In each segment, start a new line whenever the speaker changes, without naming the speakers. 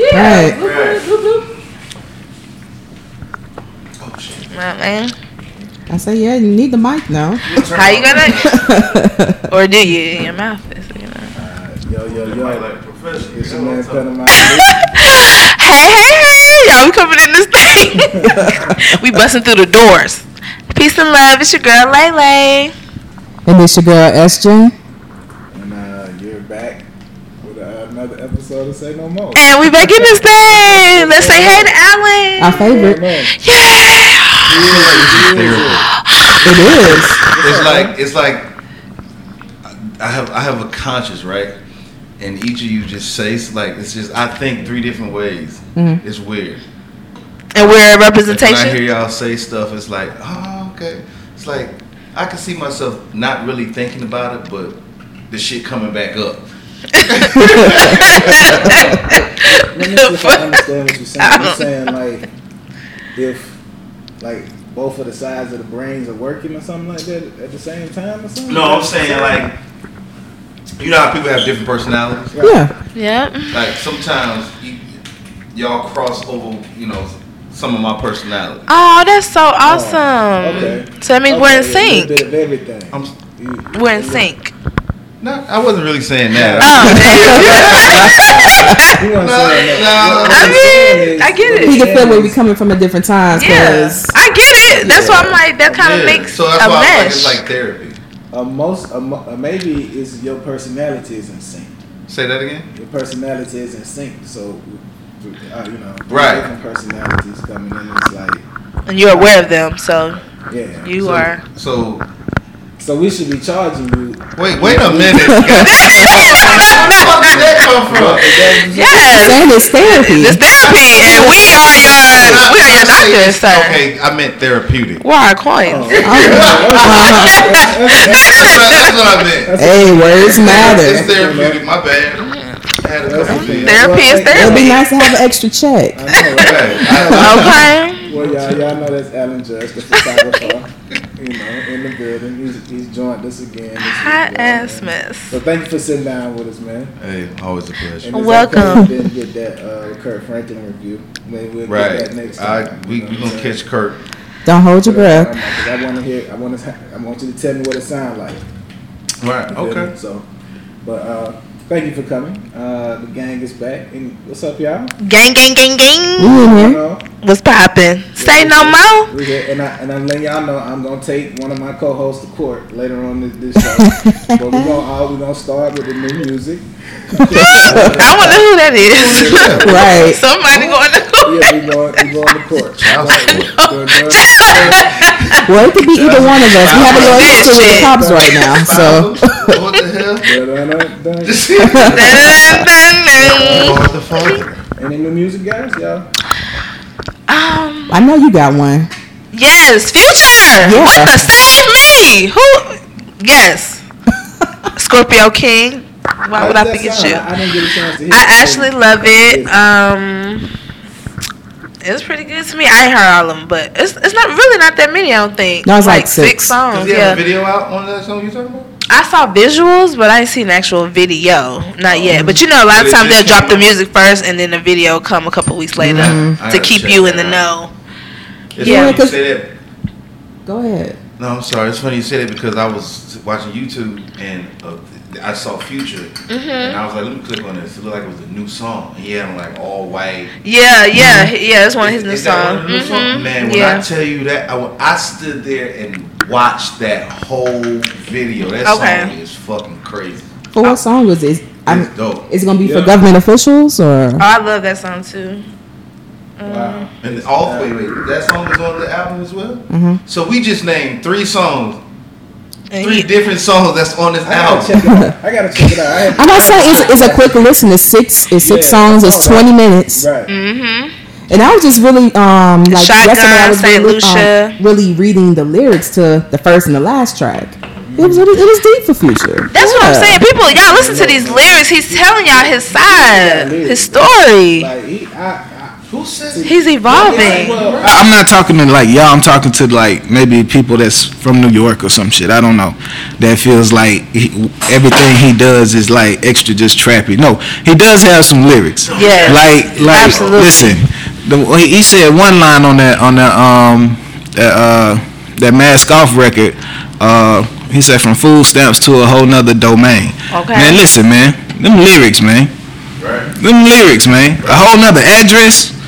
Yeah.
Right.
Bloop, bloop, bloop, bloop.
Oh shit.
Right, man.
I say, yeah, you need the mic now.
How you gonna? or do you in your mouth? It's, you know.
Yo, yo, yo.
like professional.
It's your
you know
man
what I'm
cutting my
Hey, hey, hey! Y'all, we coming in this thing. we busting through the doors. Peace and love. It's your girl Lele.
and it's your girl SJ.
And uh, you're back with uh, another episode of Say No More.
And we back in this thing. Let's say hey to Alan.
Our favorite.
yeah.
Man,
talking
It is.
about? It's like it's like I have I have a conscience, right? And each of you just say it's like it's just I think three different ways.
Mhm.
It's weird.
And we're a
Like, when I
representation.
hear y'all say stuff, it's like, oh, okay. It's like I can see myself not really thinking about it, but the shit coming back up.
let me see if I understand what you're saying. You're saying like if like both of the sides of the brains are working or something like that at the same time or something?
No, I'm saying like, you know how people have different personalities.
Right.
Yeah.
Yep.
Like sometimes you, y'all cross over, you know, some of my personality.
Oh, that's so awesome.
okay.
So that means
Okay,
we're in
a little
sync.
bit of everything.
I'm
You-
We're in sync.
not. I wasn't really saying that.
Oh,
You know what I'm
No,
saying?
no.
What
I
I'm
mean,
saying is-
I get it.
He can feel where we coming from at different times.
yeah.
'cause-
I get it. That's why I'm like, that kind
Yeah.
of makes
so that's
a
why I like,
mesh.
it's like therapy.
A uh, most, a, mo- a maybe is your personality is in sync.
Say that again.
Your personality is in sync, so uh, you know,
Right.
Different personalities coming in. It's like,
and you're aware of them, so
yeah.
you
so,
are.
So
so we should be charging you.
wait, wait a minute. God, where the fuck did that come from?
Yes.
Saying it's therapy.
It's therapy, and we are your we are your
I'm saying
doctors,
it's-
sir.
Okay, I meant therapeutic.
We're our
Oh.
clients.
That's what I- that's what I meant.
hey, words
It's
matter.
therapeutic. My bad. I had a couple.
Therapy is
It'd
therapy.
be nice to have an extra check.
Okay. I-
Okay.
Well, y'all, y'all know that's Alan Judge, the photographer. you know, in the building, he's, he's joined us again. This
Hot
week, man.
ass mess.
So thank you for sitting down with us, man.
Hey, always a pleasure.
And it's
Welcome.
Okay, we didn't get that uh, Kurt Franklin review. Maybe we'll get that next
Right.
time.
I, we
you know
we
what I'm
gonna
saying?
catch Kurt.
Don't hold your
But, um,
breath.
'cause I want to hear. I want to. I want you to tell me what it sounds like.
Right.
you feel me?
Okay.
So, but uh, thank you for coming. Uh, the gang is back. And what's up, y'all?
Gang, gang, gang,
We
gang.
in
You
here.
know,
What's poppin'? Say no more.
we here, and I and I'm letting y'all know I'm gonna take one of my co-hosts to court later on this, this show. but we're gonna all, we're gonna start with the new music.
I wonder who that is.
Right.
Somebody going to court.
Yeah, we going we going to court.
I was like,
Oh.
We're going-
Well, it could be either one of us. We have a little issue with the cops right now. So,
what the hell?
we're gonna- done.
Dun, dun, dun, dun.
Oh, What the fuck?
Any new music, guys? Y'all?
Um.
I know you got one.
Yes, future.
Yeah.
What the save me? Who? Yes, Scorpio King. Why would
How
I
does
think
that
it's
sound?
you?
I, I didn't get a chance to hear.
I
it.
actually love it. Um, it's pretty good to me. I ain't heard all of them, but it's it's not really not that many. I don't think.
No, it's like six.
Does
songs.
he have a
Oh, Yeah,
video out on that song you talking about?
I saw visuals, but I ain't seen actual video. Not yet. But you know, a lot
But
of
it
times they'll
Oh. just
drop
came
the
out.
music first, and then the video come a couple weeks later
Mm-hmm.
Mhm. I
to
gotta
keep
check
you
that
in the
out.
know.
It's
Yeah,
funny you
'cause-
say that.
Go ahead.
No, I'm sorry. It's funny you said it because I was watching YouTube and uh, I saw Future and I was like, let me click on this. It looked like it was a new song. He had on like all white.
Yeah, yeah,
Mm-hmm.
yeah. It's one of his new
Is that one
songs.
of the new songs?
Mhm,
Man, when
yeah.
I tell you that, I, wa- I stood there and watched that whole video. That
Okay.
song is fucking crazy.
But what song was it?
It's
I'm,
dope.
it's gonna be for
Yeah.
government officials or?
Oh, I love that song too. Um,
Wow.
And all wait, wait, that song is on the album as well.
Mhm.
So we just named three songs,
and
three
he-
different songs that's on this
I gotta
album.
check it out. I gotta check it out. I had-
I'm gonna say it's, it's a quick listen. It's six. It's six
Yeah.
songs. It's
Oh,
20 minutes.
Right.
Mhm.
And I was just really um like
Shotgun,
yesterday I was
Saint
really,
Lucia.
um, really reading the lyrics to the first and the last track. It was really, it was deep for future.
That's what I'm
Yeah.
saying. People, y'all listen to these lyrics. He's telling y'all his side, his story.
Like he, I, I,
Who said
He's evolving.
I- I'm not talking to like y'all. I'm talking to like maybe people that's from New York or some shit. I don't know. That feels like he, everything he does is like extra just trappy. No, he does have some lyrics.
Yes,
Like like
absolutely.
listen, the, he he said one line on that on that um that, uh that mask off record. Uh, he said from food stamps to a whole nother domain.
Okay.
Man, listen, man. Them lyrics, man.
Right.
Them lyrics, man. A whole nother address.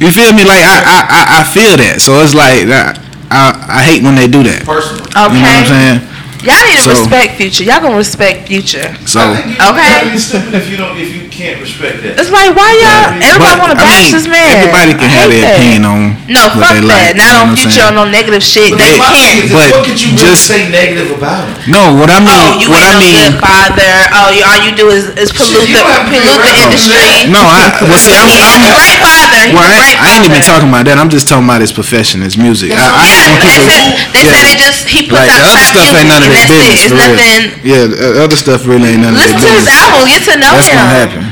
You feel me? Like I, I, I, I feel that. So it's like I, I, I hate when they do that.
Personal.
You know what I'm
Okay.
saying?
Y'all need to
So-
respect Future. Y'all gonna respect Future.
Oh, So,
I think you-
Okay.
You'd be stupid if you don't if you can't respect that.
It's like why y'all? Everybody
but,
want to
I
bash
mean,
this man.
Everybody
I
can have
hate
their
that.
opinion on
No,
what
fuck that.
they like.
Not
you
on
know what I'm
Future, on
saying?
no negative shit.
But
They
that-
my thing
can't.
is,
but
what could you really
just-
say negative about it?
No, what I mean,
Oh, you
what
ain't
I
no
mean.
good father. Oh, you, all you do is, is pollute
you
the
don't have to be
pollute the
around
industry.
No, I well see, I'm,
He's
I'm
a great father. He's
well,
a
I,
great
I ain't even
father.
talking about that. I'm just talking about his profession, his music. I,
Yeah,
I ain't
they
gonna keep it-
said, they
yeah.
said it just he puts
Like
out
the other
trap
stuff
music
ain't none of
and that's
their
it.
business.
It's
for real.
nothing.
Yeah, the other stuff really ain't none of
Listen
their
to his
business.
album. Oh, Get to know
That's
him.
gonna happen.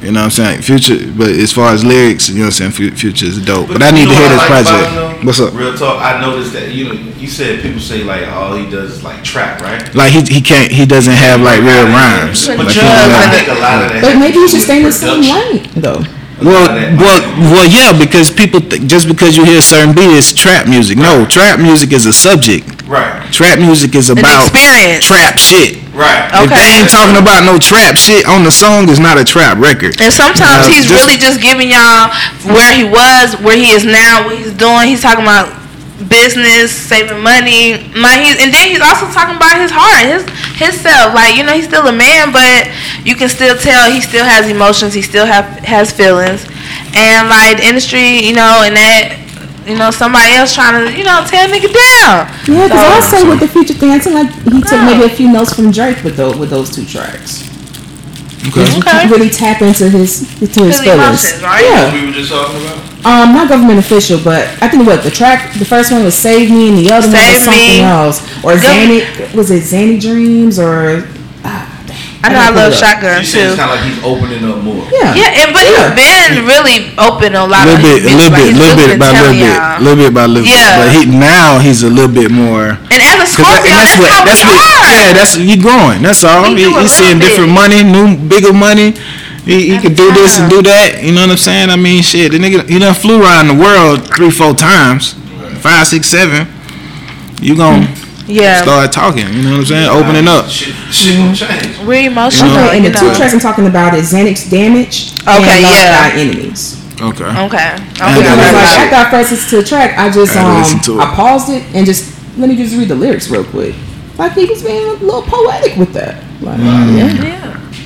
You know what I'm saying? Future, but as far as lyrics, you know what I'm saying? Fu- Future is dope. But, I
you
need
know
to hear
what
this
I like about
project.
him, though?
What's up?
Real talk. I noticed that you know you said people say like all he does is like trap, right?
Like he he can't he doesn't have like real rhymes.
But
Like,
you
he
know,
don't
I
have-
think a lot of that.
But
has
maybe
to
you
do
should stay in the
with
same
production.
lane, though.
Well, well, well, yeah, because people th- just because you hear certain beat it's trap music. No, trap music is a subject.
Right.
Trap music is
An
about
experience.
trap shit.
Right.
If
Okay.
they ain't talking about no trap shit on the song, it's not a trap record.
And sometimes
Now,
he's
just-
really just giving y'all where he was, where he is now, what he's doing. He's talking about business, saving money, my he's and then he's also talking about his heart, his his self. Like, you know, he's still a man, but you can still tell he still has emotions, he still have has feelings. And like the industry, you know, and that you know, somebody else trying to, you know, tear a nigga down.
Yeah, because
So-
I say with the future thing, I think like he took
Right.
maybe a few notes from Drake with those with those two tracks.
Okay.
You can't really tap into his to his feelings.
His emotions, right?
Yeah.
We were just talking about.
Um, not government official, but I think what the track, the first one was "Save Me" and the other one
Save
was something
Me.
else, or
Go-
Xanny. Was it Xanny Dreams or?
I know I
I
love
love-
You
shotgun
said
too.
it's kind of like he's opening up more.
Yeah.
Yeah, and but
Yeah.
he's been really open on a lot of
little bit,
his
a
music.
little
Like,
bit,
he's really
little bit
been
by little
telling
bit,
y'all.
little bit by little
Yeah.
bit. But he now he's a little bit more.
And as a
'cause that-
Scorpio,
and
that's, how
that's
we
what,
are.
yeah, that's you growing. That's all.
We
He,
do a
he's seeing
little
different
bit.
money, new bigger money. He, he
At
could
the
do this
time.
and do that. You know what I'm saying? I mean, shit. The nigga, he done flew around the world three, four times, five, six, seven. You gonna
yeah.
start talking? You know what I'm saying? Opening up.
Shit, shit gonna change.
We're emotional.
You
Okay, and the
Uh, you
two
know.
tracks I'm talking about is Xanax Damage
Okay,
and Lost
yeah.
Eye Enemies.
Okay.
Okay.
I
And
gotta
I was like,
listen to
Okay.
it.
I got first listen to the track. I just
I gotta listen to
um,
it.
I paused it and just let me just read the lyrics real quick. Like he was being a little poetic with that. Like,
Mm.
yeah,
Yeah.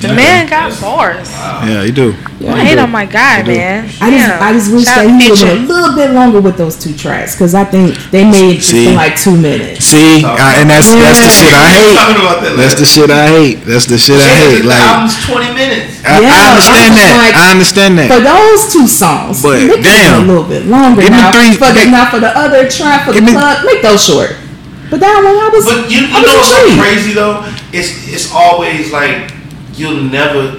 The man got bars.
Yeah, you Mm-hmm. do.
yeah,
I
I
hate
do.
on my guy, man.
I just, I just wish
Shout
that he
out
was
to
a
Future.
little bit longer with those two tracks because I think they made it just
See?
in like two minutes.
See, I, and that's that's the shit I
We were
hate.
Talking about that.
That's the shit I hate. That's the shit I hate.
the
Like.
album's twenty minutes.
I,
Yeah,
I understand
I'm
that.
like-
I understand that.
For those two songs,
But
make it
damn.
a little bit longer.
Give me
now.
three-
for the,
make-
now for the other track for the
Give me-
club, make those short. But that one, I was,
But you, you
I
know
was
what's so
intrigued.
crazy though? It's it's always like you'll never.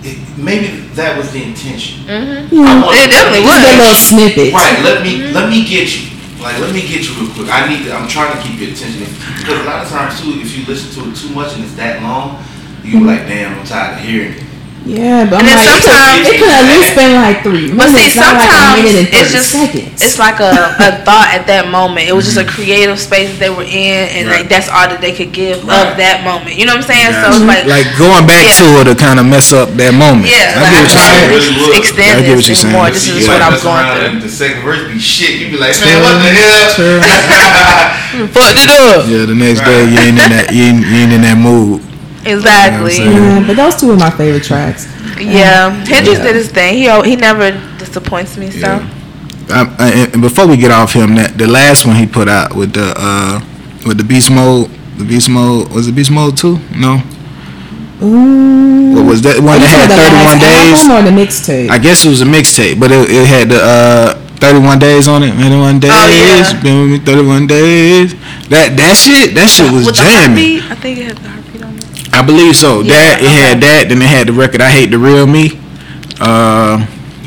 It, maybe that was the intention. Mm-hmm.
It definitely
Just a little snippet.
Right. Let me let me get you. Like let me get you real quick. I need. To, I'm trying to keep your attention because a lot of times too, if you listen to it too much and it's that long, you be like, damn, I'm tired of hearing it.
Yeah, but I'm
And then
like, it could-
sometimes-
it could at least been like three
But
minutes,
see,
not like a
sometimes
minute and 30
it's just
seconds.
it's like a, a thought at that moment. It was just
Mm-hmm.
a creative space that they were in, and
Right.
like that's all that they could give
Right.
of that moment. You know what I'm saying? So
Mhm.
it's
like,
like,
going back
Yeah.
to it to kind of mess up that moment.
yeah,
I get
like,
what
I
you're saying.
saying.
really
Really would.
I
extend
get what
this
you're
even
saying.
more. This
See,
is
yeah,
what I'm
mess around
going
and the second verse be shit. You be like, man,
Turn,
what the hell?
turn.
through. Fucked it up.
Yeah, the next day you ain't in that you ain't, you ain't in that mood.
Exactly.
You know what I'm
yeah, but those two are my favorite tracks.
Yeah, Hendrix
Yeah.
did his thing. He al- he never disappoints me. So
Yeah. I, I, and- and before we get off him, that the last one he put out with the uh with the beast mode, the beast mode was it beast mode two? No,
Ooh.
what was that
Are
one
you talking
that had
the
thirty one
last
days?
album or the mixtape?
I guess it was a mixtape, but it, it had the uh, 31 days on it. 31 days,
yeah.
been with me 31 days. That that shit, that shit was
with the
jamming.
heartbeat, I think it had the heartbeat on it.
I believe so.
Yeah,
that it
okay.
had that, then it had the record. I hate the real me. Uh,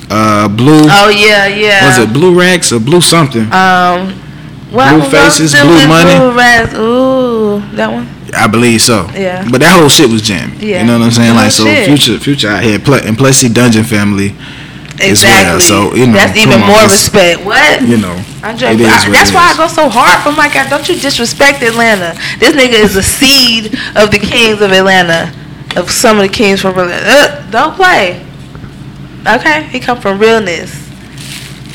uh, blue.
Oh yeah, yeah.
Was it blue racks or blue something?
Um, what
Blue
was that
Faces,
stupid
Blue Money?
Blue Rats? Ooh, that one.
I believe so.
Yeah.
But that whole shit was jamming.
Yeah.
You know what I'm saying?
The
Like
whole
so,
shit.
future, future out here, pl- and plus he Dungeon Family. It's
Exactly.
rare, so, you know,
that's
come
even
on,
more
it's-
respect. What?
You know.
I drink.
It is
I,
what
that's
it
why I
is.
go so hard for my God. Don't you disrespect Atlanta? This nigga is the seed of the kings of Atlanta, of some of the kings from Atlanta. Uh, don't play. Okay, he come from realness,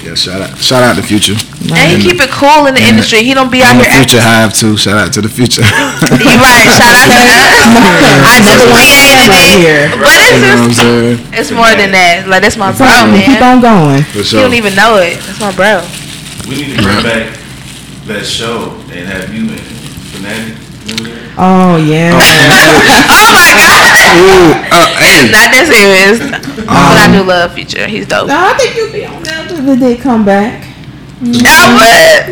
Yeah. Shout out, shout out to future.
and he keep it cool in the
and-
industry. He don't be out
And the
here.
future
acting-
hive too. Shout out to the future.
He right. Shout out to us.
I never want to end right here.
But
you
it's
know what I'm
just,
saying?
it's more than that. Like that's my
So
bro,
keep
Oh, man.
on going.
For
You
sure.
don't even know it. That's my bro.
We need to bring back that show and have you in Fanatic.
Oh yeah.
Ooh, uh, Oh hey. Um,
Not that serious. but I do love Future. He's dope.
no, I think you'll be on that till the day come back.
I would.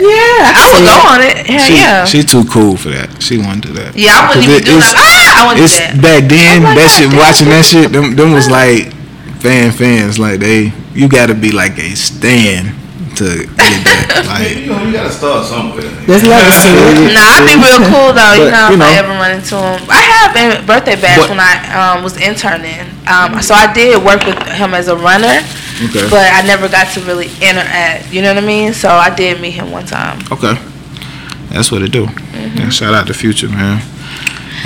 Yeah,
I
can
would
see
go
it.
on it. Hell
She,
yeah.
she too cool for that. She wouldn't do that.
yeah, I wouldn't
'Cause
even
it-
do
it's-
that. Ah, I wouldn't do
It's
that.
back then.
Oh my
that
God,
shit,
damn.
watching that shit, them, them was like fan fans. Like they, you got to be like a stan to get that.
Hey,
Like
you know, you gotta start somewhere.
There's levels to it.
Nah, I'd be real cool though. you know,
But, you
if I
know.
ever run into him, I have a birthday bash
But-
when I um, was interning. Um, so I did work with him as a runner,
okay,
but I never got to really interact. You know what I mean? So I did meet him one time.
okay, that's what it do.
Mm-hmm.
Yeah, shout out to Future, man.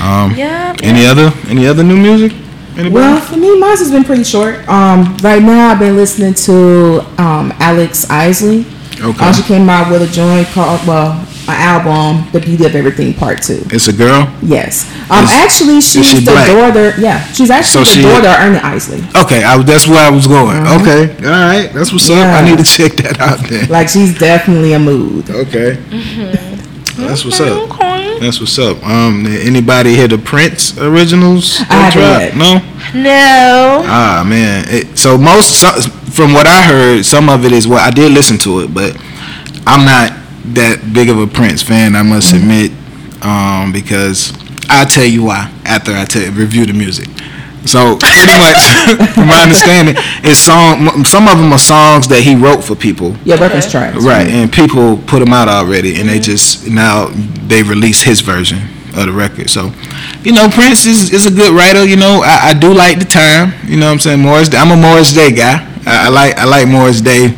Um,
Yeah.
any other, any other new music? Anybody?
Well, for me, mine has been pretty short. Um, right now, I've been listening to um, Alex Isley.
okay,
Uh, she came out with a joint called, well, an album, The Beauty of Everything Part 2.
it's a girl.
Yes. Um,
Is-
actually, she's
she
the
black?
daughter. Yeah, she's actually
So
the
she-
daughter of Ernie Isley.
Okay, I, that's where I was going. Okay, all right, that's what's up. I
Uh-huh. Yeah.
need to check that out then.
Like, she's definitely a mood.
Okay,
Mm-hmm.
that's what's up.
Okay.
That's what's up. Um, anybody hear the Prince originals?
I
that dropped?
did.
No.
No.
Ah man. It, so most so, from what I heard, some of it is what I did listen to it, but I'm not that big of a Prince fan. I must admit, um, because I'll tell you why after I tell, review the music. So pretty much, from my understanding, it's song. Some of them are songs that he wrote for people.
Yeah, reference tracks.
Right, and people put them out already, and they just now they release his version of the record. So, you know, Prince is, is a good writer. You know, I, I do like the time. You know, what I'm saying Morris. I'm a Morris Day guy. I, I like I like Morris Day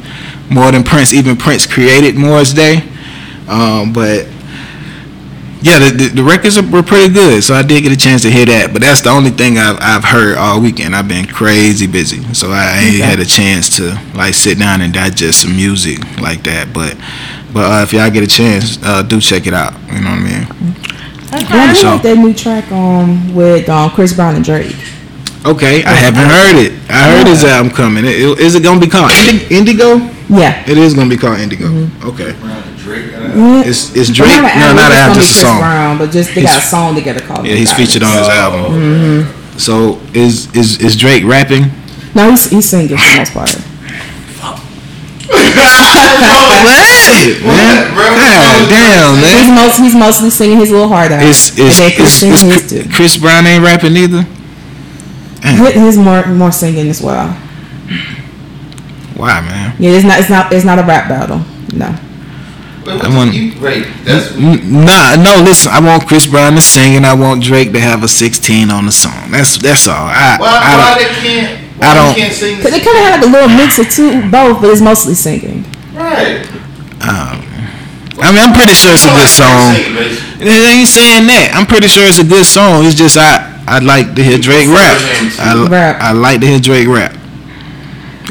more than Prince. Even Prince created Morris Day, um, but. Yeah, the, the, the records are, were pretty good, so I did get a chance to hear that. But that's the only thing I've, I've heard all weekend. I've been crazy busy, so I ain't had a chance to like sit down and digest some music like that. But but uh, if y'all get a chance, uh, do check it out. You know what I mean?
Yeah, I really
So-
like that new track um, with um, Chris Brown and Drake.
Okay, I haven't heard it. I heard his album coming. It- it- Is it gonna be called Indi- Indigo?
Yeah.
It is gonna be called Indigo. Okay,
Drake, uh,
it's it's Drake.
Mm-hmm. an album,
No, not an
it's gonna be
album,
Chris
just a song.
Brown, Oh. but just they got a
He's-
song together called.
Yeah, he's
Indigo.
featured on his album.
Mm-hmm.
So is is is Drake rapping?
No, he's, he's singing for the most part.
Shit, man.
bro.
God damn,
He's,
man.
most, he's mostly singing his little heart out.
It's
and
it's,
then Chris
it's,
singing
it's
his too.
Chris- Chris Brown ain't rapping either.
With his more more singing as well.
Why, man?
Yeah, it's not it's not it's not a rap battle. No.
wait, what
I want-
you- Wait, that's
N- Nah, no. Listen, I want Chris Brown to sing, and I want Drake to have a 16 on the song. That's that's all. I,
why, why
I
they can't. Why
I don't-
They can't sing
Cause they
this?
kind of had like a little mix of two, both, but it's mostly singing.
Right.
don't. Um, I mean, I'm pretty sure it's a good song.
Sing, bitch.
It ain't saying that. I'm pretty sure it's a good song. It's just I I like to hear Drake rap. I, li-
Rap.
I like to hear Drake rap.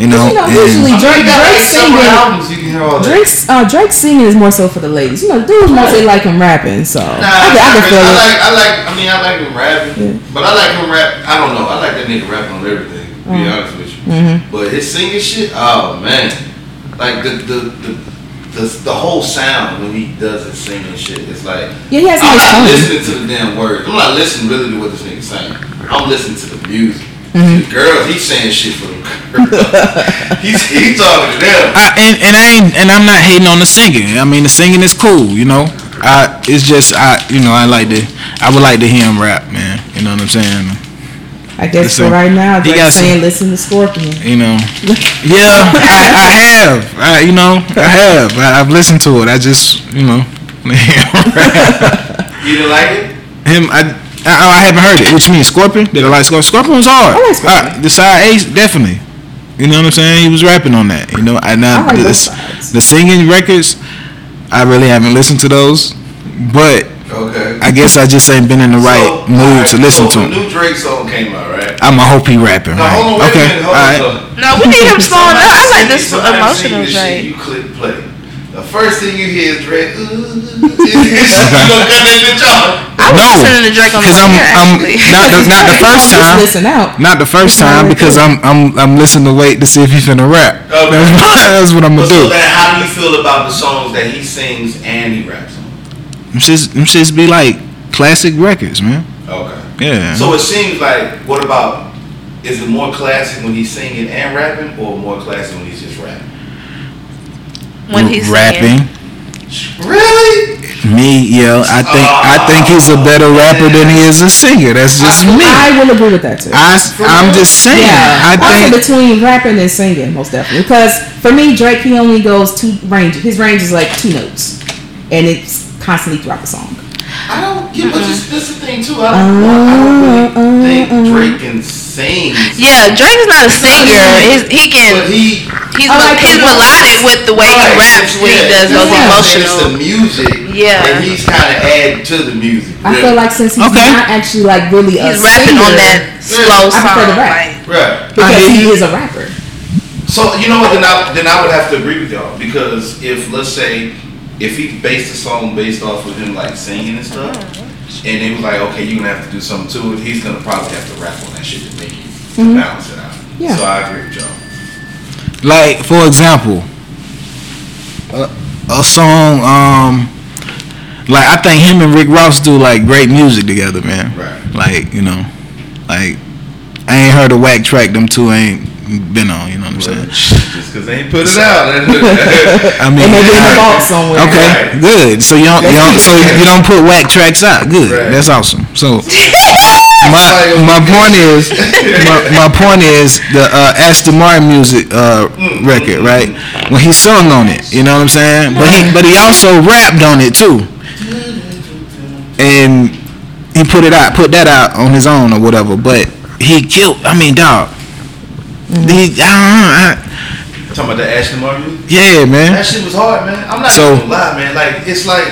You know,
you know,
and-
usually Drake,
You got
Drake
like several
singing,
albums you can hear all that.
Drake's uh, Drake singing is more so for the ladies. You know, dudes mostly like him rapping, so
Nah,
I, can- I can feel
I
it.
like, I like, I mean, I like him rapping, but I like him rap. I don't know. I like that nigga rapping on everything. To be
Mm.
honest with you,
Mm-hmm.
but his singing shit, oh man, like the the the. The, the whole sound when he does his singing shit, it's like
Yeah, he has
I'm
Uh,
not
nice tone.
listening to the damn words. I'm not listening really to what this nigga's saying. I'm listening to the music.
Mm-hmm.
The girls, he's saying shit for the girls. he's he's talking to them.
I, and, and I ain't, and I'm not hating on the singing. I mean, the singing is cool, you know. I it's just I you know I like to I would like to hear him rap, man. You know what I'm saying?
I guess
Listen,
for right now,
he
Drake's
got some-
saying listen to Scorpion.
You know, yeah, I, I have. I, you know, I have. I, I've listened to it. I just, you know,
You didn't like it?
him. I, I, I haven't heard it. What you mean, Scorpion? Did I like Scorpion? Scorpion was hard.
I like Scorpion.
Uh, the side Ace definitely. You know what I'm saying? He was rapping on that. You know, I
I
now
like
the,
both sides.
the singing records. I really haven't listened to those, but
Okay.
I guess I just ain't been in the right
So,
mood
alright,
to listen
so The
to him.
new Drake song came out, right?
I'ma hope he rapping.
No,
right?
hold on, wait a
okay,
minute.
all
Hold
right.
on. look.
Oh, No, we need him slowing up. I
Somebody
like this
send me- somebody send you
emotional Drake.
this shit, You click play. The first thing you hear is Drake. Ooh, it's just you gonna cut that bitch off.
I was
No,
listening to Drake on the
'cause I'm-
air,
I'm-
actually.
not the- not the first
Just
time.
listen out.
Not the first
It's already
time because
good.
I'm I'm I'm listening to wait to see if he finna rap.
Okay.
That's what I'm
But so
gonna do.
then, how do you feel about the songs that he sings and he raps on?
Them shits, them shits be like classic records, man.
Okay.
Yeah.
So it seems like, what about? Is it more classic when he's singing and rapping, or more classic when he's just rapping?
when he's
rapping,
singing.
Really?
me, yeah. I think I think he's a better rapper than he is a singer. That's just me. I,
I will agree with that too.
am just saying.
Yeah,
I
I'm
think
between rapping and singing, most definitely. Because for me, Drake, he only goes two ranges. His range is like two notes, and it's constantly throughout the song.
I don't get. But this, this is the thing too. I don't, I
Uh-huh.
don't really think Drake can sing.
Yeah, Drake is not a singer. He's, he
But
can
he
he's
I Oh, like
he's
the
melodic with the way he raps when he does those
what I'm
It's the
emotional.
music.
Yeah.
And he's kind of adding to the music.
I feel like since he's
Okay.
not actually like really a
He's rapping
singer,
on that slow
I prefer
song.
to rap.
Like,
Right.
because
hear
he
you.
is a rapper.
So you know what? Then I then I would have to agree with y'all because if let's say if he based a song based off of him like singing and stuff,
Uh-huh.
and it was like okay, you're gonna have to do something to it. He's gonna probably have to rap on that shit to make it to balance it out.
Mm-hmm. Yeah.
So I agree with y'all.
like for example, a, a song um. Like I think him and Rick Ross do like great music together, man.
Right.
Like you know, like I ain't heard a whack track them two ain't been on. You know what I'm saying?
Just because they ain't put it out. that-
I mean,
And maybe in the
I-
vault somewhere.
Okay,
Right.
good. So you don't, you don't so you don't put whack tracks out. Good,
Right.
that's awesome. So my my point is my, my point is the uh, Aston Martin music uh,
Mm.
record, right? When he sung on it, you know what I'm saying? But he but he also rapped on it too, and he put it out, put that out on his own or whatever. But he killed. I mean, dog. He, I don't know, I-
Talking about the Ashton Martin.
yeah, man.
That shit was hard, man. I'm not
So-
even gonna lie, man. Like it's like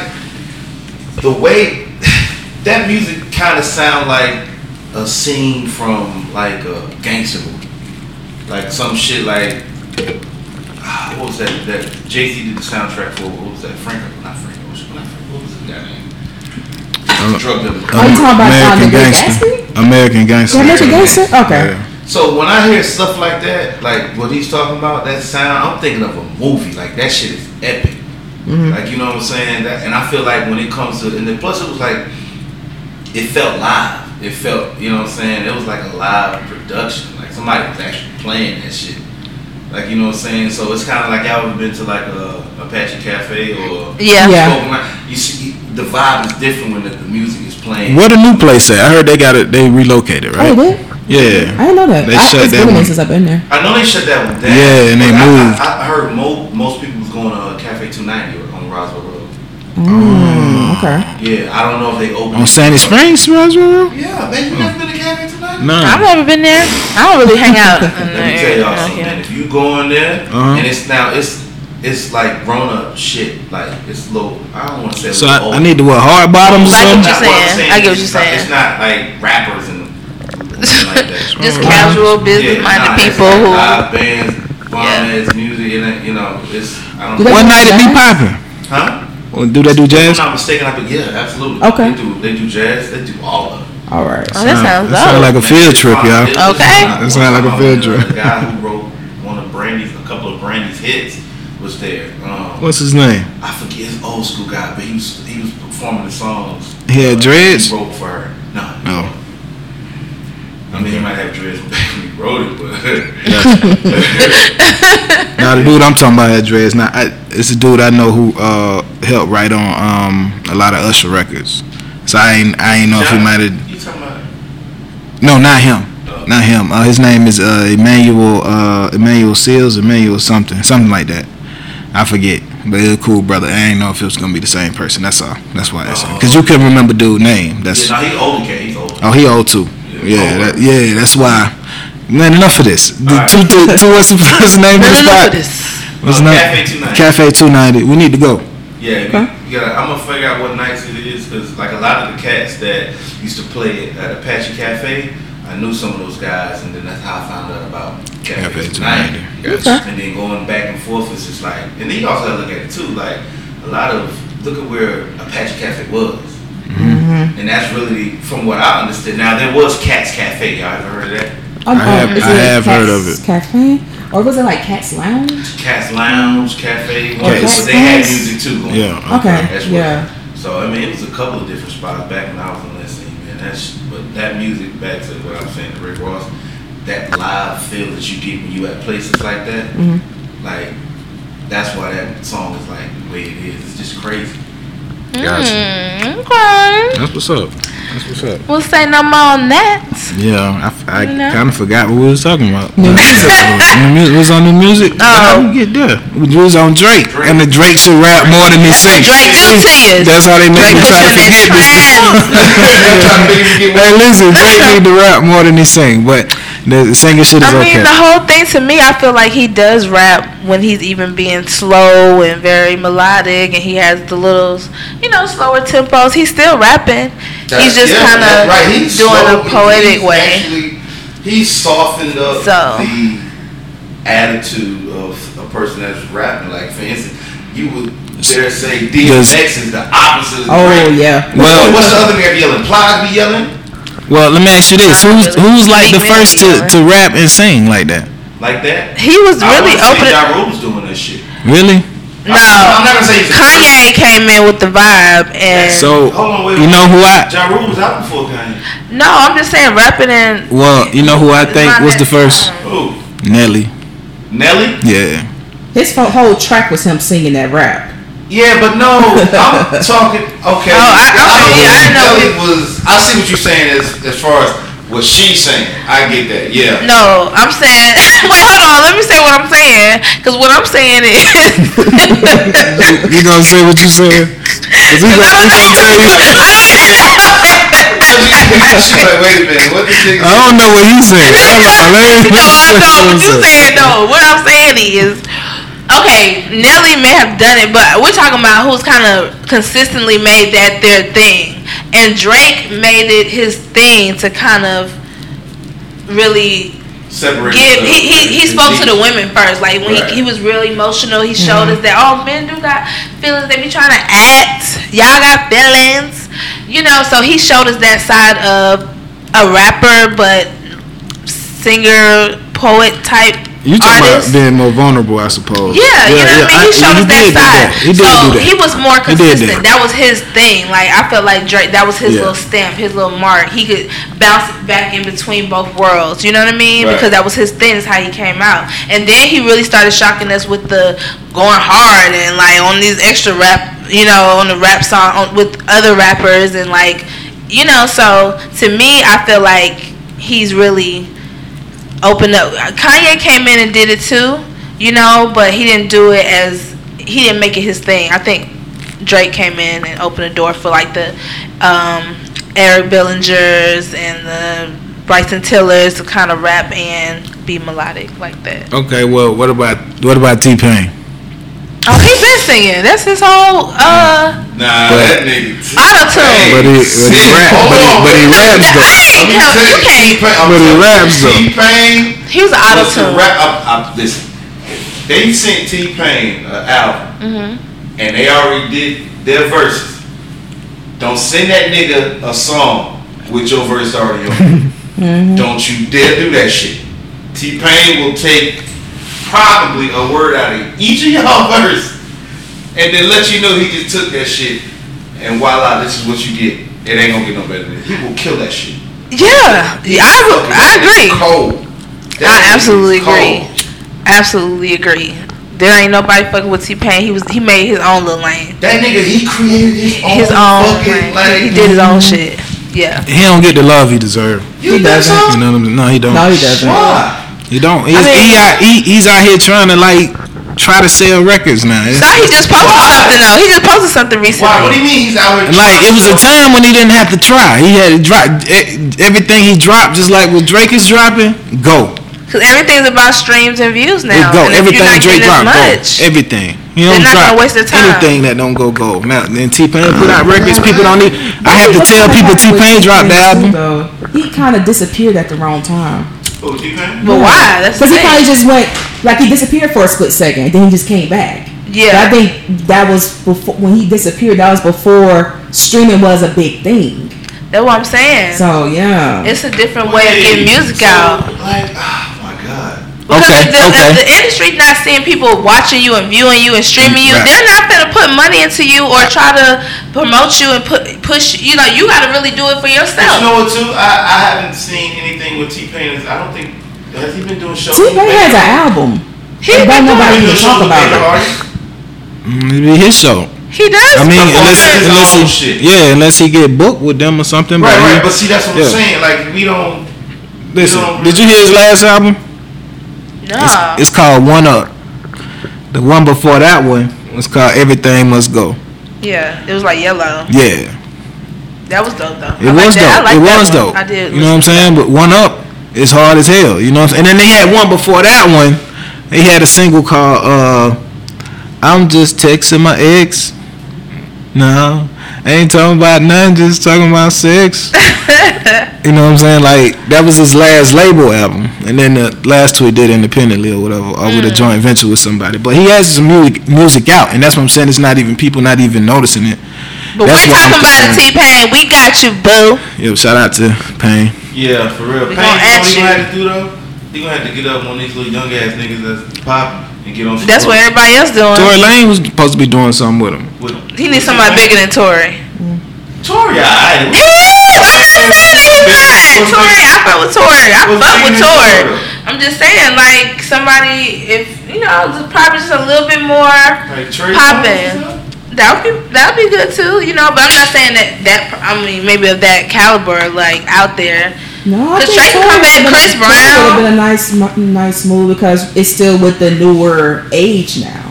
the way that music kind of sound like a scene from like a gangster movie, like some shit like ah, what was that? That Jay Z did the soundtrack for what was that? Frank, not Frank Ocean, not Frank, what was the guy name?
don't-
Drug dealer.
Are you talking about, um, the Great Gatsby?
American Gangster.
Yeah, American Gangster? Okay.
Yeah.
So when I hear stuff like that, like what he's talking about, that sound, I'm thinking of a movie. Like that shit is epic. Like you know what I'm saying? That, and I feel like when it comes to, and then plus it was like, it felt live. It felt, you know what I'm saying? It was like a live production. Like somebody was actually playing that shit. Like you know what I'm saying? So it's kind of like y'all ever been to like a Apache Cafe or
yeah.
Yeah.
Smoke Line? You see, the vibe is different when the, the music is playing.
Where the new place at? I heard they got it. They relocated,
Oh,
right?
they did? I
Yeah.
didn't know that.
They
I,
shut
it's
that
been a minute
one.
since I've been there.
I know they shut that one down.
Yeah, and they
but I-
moved.
I, I, heard mo- most people was going to Cafe 290 on Roswell Road.
Mm, okay.
Yeah, I don't know if they opened.
On
it
Sandy
up.
Springs, Roswell.
Yeah, man, you never been to Cafe 290?
I've
No.
never been there. I don't really hang out. in
Let me
there,
tell
you
y'all
know,
something,
yeah.
man. If you go in there,
Uh-huh.
and it's now, it's it's like grown up shit. Like, it's low. I don't want to say
So
it's
I,
old.
I need to wear hard bottoms or
Like
something.
what you saying. I get what
It's
you're
not-
saying.
It's not like rappers and like that.
Just
Wow.
casual
Yeah,
business-minded
nah, it's
people
like
who
live bands, bomb
Yeah.
ass music, and that, you know, it's I
Do
don't know.
they-
One night it be popping.
Huh?
Or do they do
If
jazz?
I'm not mistaken, I think yeah, absolutely.
Okay.
They do they do jazz, they do all of it.
All right.
Oh, that sounds
That sound
dope.
like a field trip, y'all.
Okay.
That sound like a field trip.
The guy who wrote one of Brandy's a couple of Brandy's hits was there.
Oh.
Um,
What's his name?
I forget his old school guy, but he was he was performing the songs.
He had
uh,
dreads?
He wrote for her. No.
No.
I mean he might have dreads back when he wrote it, but
Now the dude I'm talking about had dreads. Now I, it's a dude I know who uh, helped write on um, a lot of Usher records. So I ain't I ain't know if he might have.
You talking about
No, not him.
uh,
Not him. Uh, his name is uh, Emmanuel uh, Emmanuel Seals, Emmanuel something, something like that. I forget, but he's a cool brother. I ain't know if it was gonna be the same person. That's all. That's why I asked because you couldn't remember dude name. That's
Yeah, no, he old kid. He's old.
oh he old too. Yeah, that, yeah. That's why. Man, enough of this. The,
All right.
to, to, to what's the first name of the
Look
spot?
at this.
What's
Uh,
not-
Cafe 290.
Cafe Two Ninety. We need to go.
Yeah, we- you gotta, I'm gonna figure out what nights it is because like a lot of the cats that used to play at Apache Cafe, I knew some of those guys, and then that's how I found out about
Cafe
Cafe
290.
Tonight. And then going back and forth is just like, and then you also gotta look at it too, like a lot of look at where Apache Cafe was. And that's really, from what I understood. Now there was Cats Cafe. Y'all ever heard of that?
I have-
um,
I have heard of it.
Cafe, or was it like Cat's Lounge?
Cats Lounge Cafe.
Cats.
But they had music too. Going.
Yeah.
Okay,
That's what-
yeah.
So I mean, it was a couple of different spots back when I was in that scene, man. That's but that music back to what I'm saying to Rick Ross, that live feel that you get when you at places like that, like that's why that song is like the way it is. It's just crazy.
Gotcha.
Mm, okay.
That's what's up. That's what's up.
We'll say no more on that.
Yeah, I,
You know?
kind of forgot what we was talking about. uh,
New music.
New mu- we was on the music.
Oh.
How we get there? We was on Drake,
Drake.
and the Drake should rap more than he sing.
Drake do to you.
That's how they make
Drake
me
was
try to
in his
forget this.
trap.
Hey, listen, Drake need to rap more than he sing, but the singing shit is
I mean,
okay.
the whole thing to me, I feel like he does rap when he's even being slow and very melodic, and he has the little, you know, slower tempos. He's still rapping. he's just
Yeah,
kind
that's
of
right. He's
doing
slow,
a
but
poetic
he's
way.
Actually, he softened up
So.
the attitude of a person that's rapping. Like for instance, you would dare say
Does-
DMX is the opposite of
Oh
Drake.
yeah.
Well-
what's the other nigga be yelling? Plies be yelling?
well, let me ask you this: Who's who's like the
Big man,
first
you
to,
know.
to rap and sing like that?
Like that?
He was really
I
open.
Ja Rule's doing that shit.
Really?
No,
I'm not gonna say he's the
Kanye came in with the vibe, and
So
Hold on, wait.
you know who I
Ja Rule was out before Kanye.
no, I'm just saying rapping and.
well you know who I think was the first
Who?
Nelly.
Nelly?
Yeah.
His fo- whole track was him singing that rap.
Yeah, but no, I'm talking. Okay.
Oh, I- okay, yeah, I
believe
know
Nelly was. I see what you're saying as as far as what she's saying. I get that. Yeah.
No, I'm saying. Wait, hold on. Let me say what I'm saying, because what I'm saying is.
You, you gonna say what you saying? 'Cause we gonna, we gonna tell you.
She's like, wait a minute, what this nigga?
I
Oh.
don't know what you saying. Hold on, let me
no,
say
I know what
I'm
you're saying.
saying.
No, what I'm saying is, okay, Nelly may have done it, but we're talking about who's kind of consistently made that their thing, and Drake made it his thing to kind of really
Separate.
give.
the-
He, he, he spoke to the women first, like when
Right.
he, he was really emotional. He showed
Mm-hmm.
us that oh, men do got feelings. They be trying to act. Y'all got feelings, you know. So he showed us that side of a rapper, but singer, poet type.
You talking
artist.
about being more vulnerable, I suppose.
Yeah, you know what I mean. He showed us that
did do
side.
He did
so
do that.
he was more
He did
consistent.
that.
That. was his thing. Like I felt like Drake. That was his
Yeah.
little stamp, his little mark. He could bounce back in between both worlds. You know what I mean?
Right.
Because that was his thing. Is how he came out. And then he really started shocking us with the going hard and like on these extra rap. You know, on the rap song on, with other rappers and like, you know. So to me, I feel like he's really opened up. Kanye came in and did it too, you know, but he didn't do it as he didn't make it his thing. I think Drake came in and opened the door for like the um, Eric Billingers and the Bryson Tillers to kind of rap and be melodic like that.
Okay, well, what about what about T Pain?
Oh, he been singing. That's his whole. Uh,
Nah,
But-
that nigga.
Oh, Auto-tune.
But he, but he,
Shit,
rap,
hold
but he,
on.
but he raps though.
I ain't help. You can't.
But he raps, though.
T Pain
He was an
was the
auto tune.
rap. I, I, listen, they sent T Pain an album,
Mm-hmm.
and they already did their verses. Don't send that nigga a song with your verse already on. it.
Mm-hmm.
Don't you dare do that shit. T Pain will take probably a word out of each of y'all verse, and then let you know he just took that shit. And voila, this is what you get. It ain't gonna get no better than it. He will kill that shit.
Yeah, yeah, I, I agree.
Cold.
I absolutely agree. Absolutely agree. There ain't nobody fucking with T Pain. He was he made his own little lane.
That nigga, he created his own,
His own
fucking
lane.
lane.
He did his own shit. yeah.
He don't get the love he deserve.
He doesn't.
You know what I'm saying? No, he don't.
No, he doesn't.
Why?
He don't. He's,
mean-
he out, he, he's out here trying to like try to sell records now. It's-
So he just posted something though. He just posted something recently.
Why? What do you mean he's out here?
And like it was a
trying
time when he didn't have to try. He had to drop e- everything he dropped, just like what Drake is dropping. Go,
Because everything's about streams and views
it
now.
go.
And if you're
Everything
not getting
Drake
as
dropped,
much,
go. Everything. He
not
don't
gonna
drop
waste their time.
anything that don't go go. Now then, T Pain put
Uh,
out records. People don't need. I have to tell people T Pain dropped the album.
Though he kind of disappeared at the wrong time.
Oh, you think?
But why? That's
Because
the
he
thing.
probably just went like he disappeared for a split second, and then he just came back. But I
yeah.
think that was before when he disappeared. That was before streaming was a big thing.
That's what I'm saying.
So yeah,
it's a different way of getting music
So,
out.
Like, oh my god.
Because
Okay,
if, the,
okay.
if the industry's not seeing people watching you and viewing you and streaming you,
Right.
they're not gonna put money into you or try to promote you and put push. You know, you gotta really do it for
But you
yourself.
know what too? I, I haven't seen anything with T Pain. I don't think has he been doing shows.
T-Pain
with
has an
Big
album.
He,
Don't
Har-
nobody even
He doing
talk
shows with
about
Big
it.
Har-
Mm, It'd be his show.
he does.
I mean,
Perform
unless,
his
unless
own
he,
shit.
yeah, unless he get booked with them or something.
Right,
but he-
right. But see, that's what
Yeah.
I'm saying. Like we don't.
Listen,
No.
did you hear his last album?
no.
It's, it's called One Up. The one before that one was called Everything Must Go.
yeah, it was like yellow.
Yeah,
That was dope though.
it
I
was
like that. I like
dope. it
that
was
one.
dope.
I did.
You know what I'm saying? But One Up is hard as hell. You know what I'm saying? And then they had one before that one. They had a single called uh, I'm Just Texting My Ex. No, I ain't talking about nothing, just talking about sex. you know what I'm saying? Like that was his last label album, and then the last two he did independently or whatever, or
Mm.
with a joint venture with somebody. But he has his music music out, and that's what I'm saying. It's not even people not even noticing it.
But
That's
we
why I'm
talking about it,
concerned.
T Pain. We got you, boo.
Yo, shout out to Pain.
Yeah, for real.
We
Pain, you
gonna
know what
ask
he gonna
you.
have to do though? He gonna have to get up on these little young ass niggas that's pop and get on. some
That's what
drugs.
everybody else doing.
Tory Lane was supposed to be doing something with him.
With-
He needs somebody bigger than Tory.
Tori. alright.
Yeah, I'm just saying that he not. Tory, I fuck with Tory. I
Was
fuck
bigger
with
than
Tory.
Tory.
I'm just saying, like somebody, if you know, just probably just a little bit more.
Like Trey
Poppin'.
Songz or something?
That would be that would be good too, you know. But I'm not saying that that I mean maybe of that caliber like out there.
No, I
Cause
think
Drake
so.
come back,
But
Chris
it
Brown.
would have been a nice, mo- nice move because it's still with the newer age now.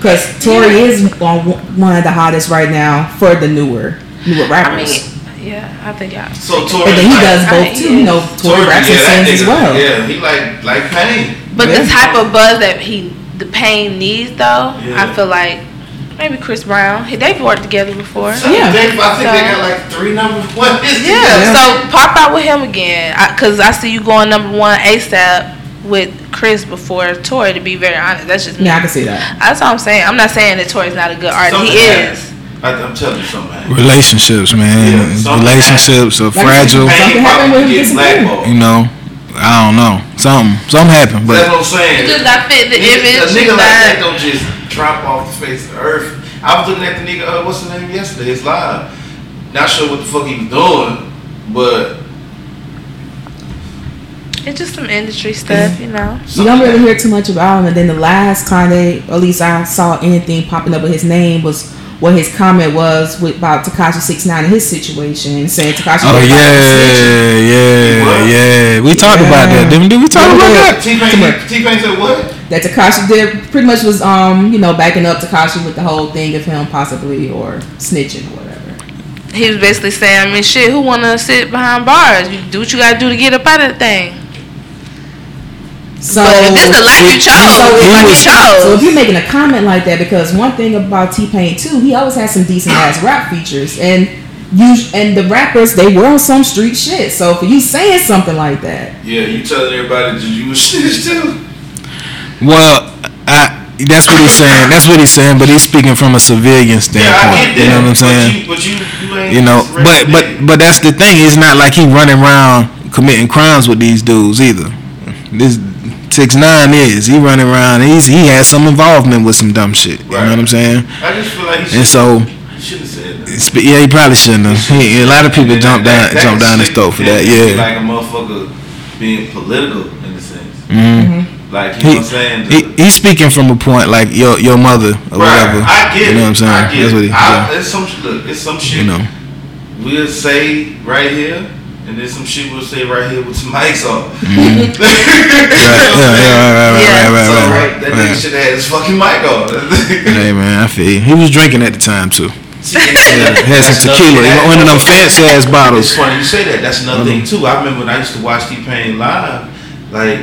Because Tory is on w- one of the hottest right now for the newer, newer
I mean,
rappers.
yeah, I think y'all.
So Tori.
and then he
like-
does
I
both
mean,
too. You know, Tory raps and
that
sings as
nigga,
well.
Yeah, he like like Pain.
But the
Yeah.
type of buzz that he, the pain needs though, I
Yeah.
feel like maybe Chris Brown. he- They've worked together before.
So
Yeah.
They, I think they
So-
got like three number one hits. together.
Yeah, so pop out with him again, I, cause I see you going number one ASAP with Chris before Tory. To be very honest, that's just me.
Yeah, I can see that.
That's all I'm saying. I'm not saying that Tory's not a good artist. he
Something happened.
is.
I, I'm telling you something. man.
Relationships, man.
Yeah, something
Relationships are
Like,
fragile.
Something
Pain
happened
probably
when he
gets
disappeared.
blackballed.
You know, I don't know. Something, something happened,
That's
but
what I'm saying.
You just not fit the
Nigga-
image.
A nigga
you
like that
not-
don't just drop off the face of the earth. I was looking at the nigga, uh, what's his name yesterday? His live. Not sure what the fuck he was doing, but
It's just some industry stuff, you know.
You don't really hear too much about him. And then the last Kanye, at least I saw anything popping up with his name was what his comment was with about Takashi Six Nine and his situation, saying Takashi.
oh yeah, yeah, yeah. We talked about that, didn't we? Did we talk
Yeah.
about that?
T Pain, T Pain said what?
that Takashi did pretty much was um you know backing up Takashi with the whole thing of him possibly or snitching or whatever.
He was basically saying, I mean, shit, who wanna sit behind bars? You do what you gotta do to get up out of the thing.
So
but if this the life you chose,
so
the
if-
life you
so if
chose.
you're making a comment like that, because one thing about T Pain too, he always had some decent ass rap features, and you and the rappers they were on some street shit. So for you saying something like that,
Yeah, you telling everybody that you was shit too.
Well, I. That's what he's saying. That's what he's saying. But he's speaking from a civilian
Yeah, I get
standpoint.
that.
you know what I'm saying?
But you, but you, you ain't
you know
just
but
regular
but
nigga.
but that's the thing it's not like he running around committing crimes with these dudes either this six nine is he running around he's he has some involvement with some dumb shit you know what i'm saying
I just feel like he
and so
should have said that.
it's- yeah he probably shouldn't have he, a lot of people
And
jump down
that- that
jump down his
shit
throat for
can
that
be
yeah
Like a motherfucker being political in a sense.
Mhm.
Like you know
he,
what I'm saying?
he, he's speaking from a point like your your mother or
Right,
whatever
I get
you know what i'm saying
I get
that's what he
it. I,
yeah,
it's some, look, it's some shit
you know
we'll say right here, and then some shit we'll say right here with some mics off. You know what I'm saying?
Mm-hmm. yeah, right, right,
So,
right, right,
right,
right,
that
right.
nigga should have had his fucking mic on.
Hey man, I feel you. He was drinking at the time too.
yeah,
Had some tequila. One of them fancy ass
It's
bottles. Mm-hmm.
funny you say that. That's another thing too. I remember when I used to watch T Pain live, like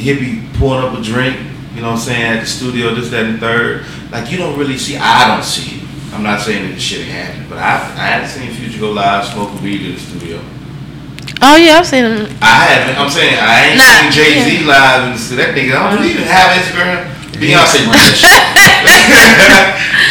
he'd be pouring up a drink, you know what I'm saying, at the studio, this, that, and the third. Like you don't really see I don't see it. I'm not saying that this shit happened, but I I hadn't seen Future go live smoking weed in the studio.
Oh yeah, I've seen him.
I haven't. I'm saying I ain't
Nah,
seen Jay Z live and so that nigga. I don't even have Instagram. Beyonce run that shit.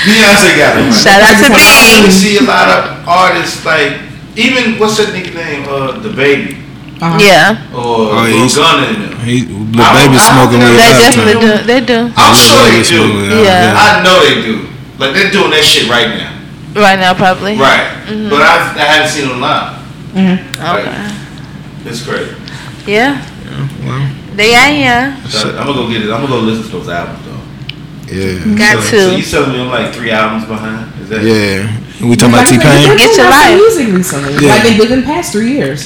Beyonce got it.
Shout out
I
to
don't really
B.
see a lot of artists like even what's that nigga name? Uh, the baby
Uh-huh.
Yeah,
or
Oh,
Lil
he's-
Gunna in them.
He,
I
the
don't- I
baby
don't
smoking
know.
weed.
they
last
definitely
night.
do. They do
I'm
Little
sure they
baby smoking
do.
weed,
Yeah.
I know they do. Like they're doing that shit right now.
right now probably.
Right. But I, I haven't seen them live.
Okay.
It's crazy.
Yeah.
well.
They are yeah.
So, I'm gonna go get it. I'm gonna go listen to those albums though.
Yeah.
Got
so, So
to
you telling me I'm like three albums behind? Is that
Yeah. We talking about
Like I said,
T
we've
Pain?
been
Get
doing
your
lots of
life.
Music recently.
Yeah.
I've been within the past three years.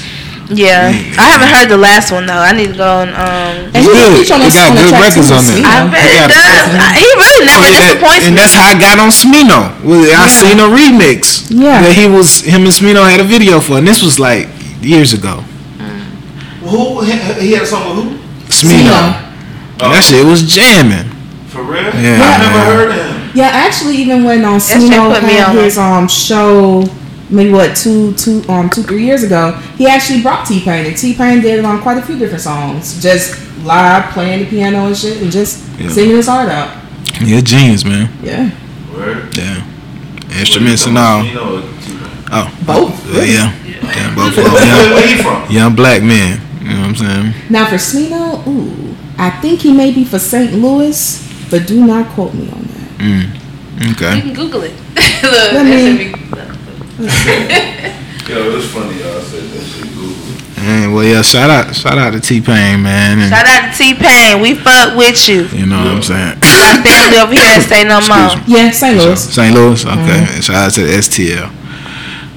yeah. I haven't heard the last one though. I need to go and um.
And he
It's good.
featured on
They
a-
got
on a
good
track
records
too,
on there.
Smino.
I bet
I
it
got-
does. I- He really never disappoints
and
me.
that's how I got on Smino. Well, I
Yeah.
seen a remix
Yeah.
that he was him and Smino had a video for, and this was like years ago.
Who he, he had a song with who?
Smino,
Oh,
that shit was jamming.
For real?
Yeah,
I never
man.
heard of him.
Yeah, actually, even when um,
shit
Smino
put me
had
on.
his um show, maybe what two two um two three years ago, he actually brought T Pain, and T Pain did um, quite a few different songs, just live playing the piano and shit, and just
Yeah.
singing his heart out.
Yeah, genius, man.
Yeah,
Word.
Yeah, instruments and all.
You know,
Oh,
both.
uh,
really.
yeah, Oh, yeah, both of them.
where,
Young,
where he from?
young black men. You know what I'm saying?
Now for Smino, ooh, I think he may be for St. Louis, but do not quote me on that.
Mm.
You
Okay.
can Google it. Look,
Let
that's a
me-
big-
Yo, it was funny y'all said that shit. Google.
Man, well, yeah. Shout out, shout out to T Pain, man. And,
Shout out to T Pain. We fuck with you.
you know what I'm saying?
My family over here and say no more.
Excuse me.
Yeah, St. Louis.
St. Louis. Okay. Shout out to the STL.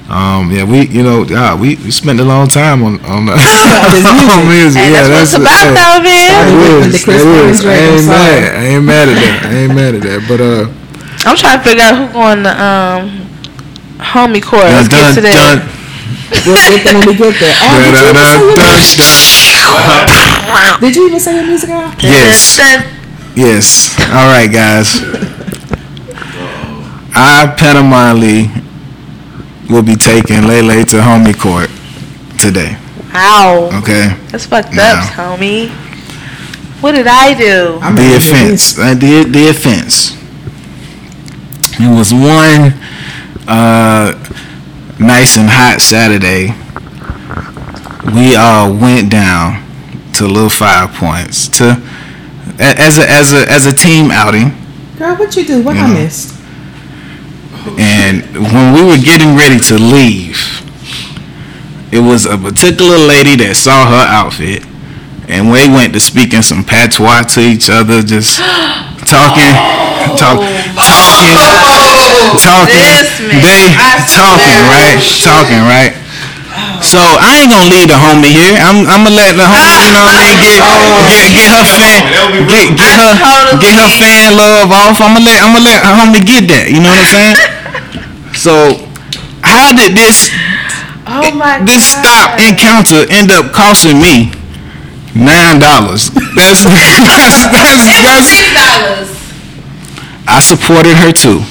Um, yeah, we you know ah, we, we spent a long time on on, the, on music.
And
yeah,
that's, what it's about
hey,
though, man.
that
With the
is,
Chris
that is.
Brown's record, so-
I ain't mad. I ain't mad at that. I ain't mad at that. But uh,
I'm trying to figure out who going to um homie court.
dun,
Let's
dun,
get to
dun,
that.
We'll get there when we get there. Oh, did you even sing your music?
dun, dun, dun,
Did you even sing your music out?
Yes.
Dun,
Yes. All right, guys. I Panama Lee will be taking Lele to homie court today.
dun. Ow.
Okay.
That's fucked
No.
up, homie. What did I do?
I'm
the
ready to do
offense. I did the offense. It was one uh, nice and hot Saturday. We all went down to little five points to a- as a as a as a team outing.
Girl, what you do? What
Yeah.
I missed?
And when we were getting ready to leave, it was a particular lady that saw her outfit, and we went to speaking some patois to each other, just talking,
Oh.
talk, talking, talking.
This man,
They
I
talking,
swear.
right? Talking, right? So I ain't gonna leave the homie here. I'm I'm gonna let the homie, you know what I mean, get
Oh.
get, get her fan, get get her get her fan love off. I'm gonna let I'm gonna let her homie get that. You know what I'm saying? So how did this
Oh my god.
this stop encounter end up costing me nine dollars? That's
It
that's that's
was
that's.
three dollars.
I supported her too.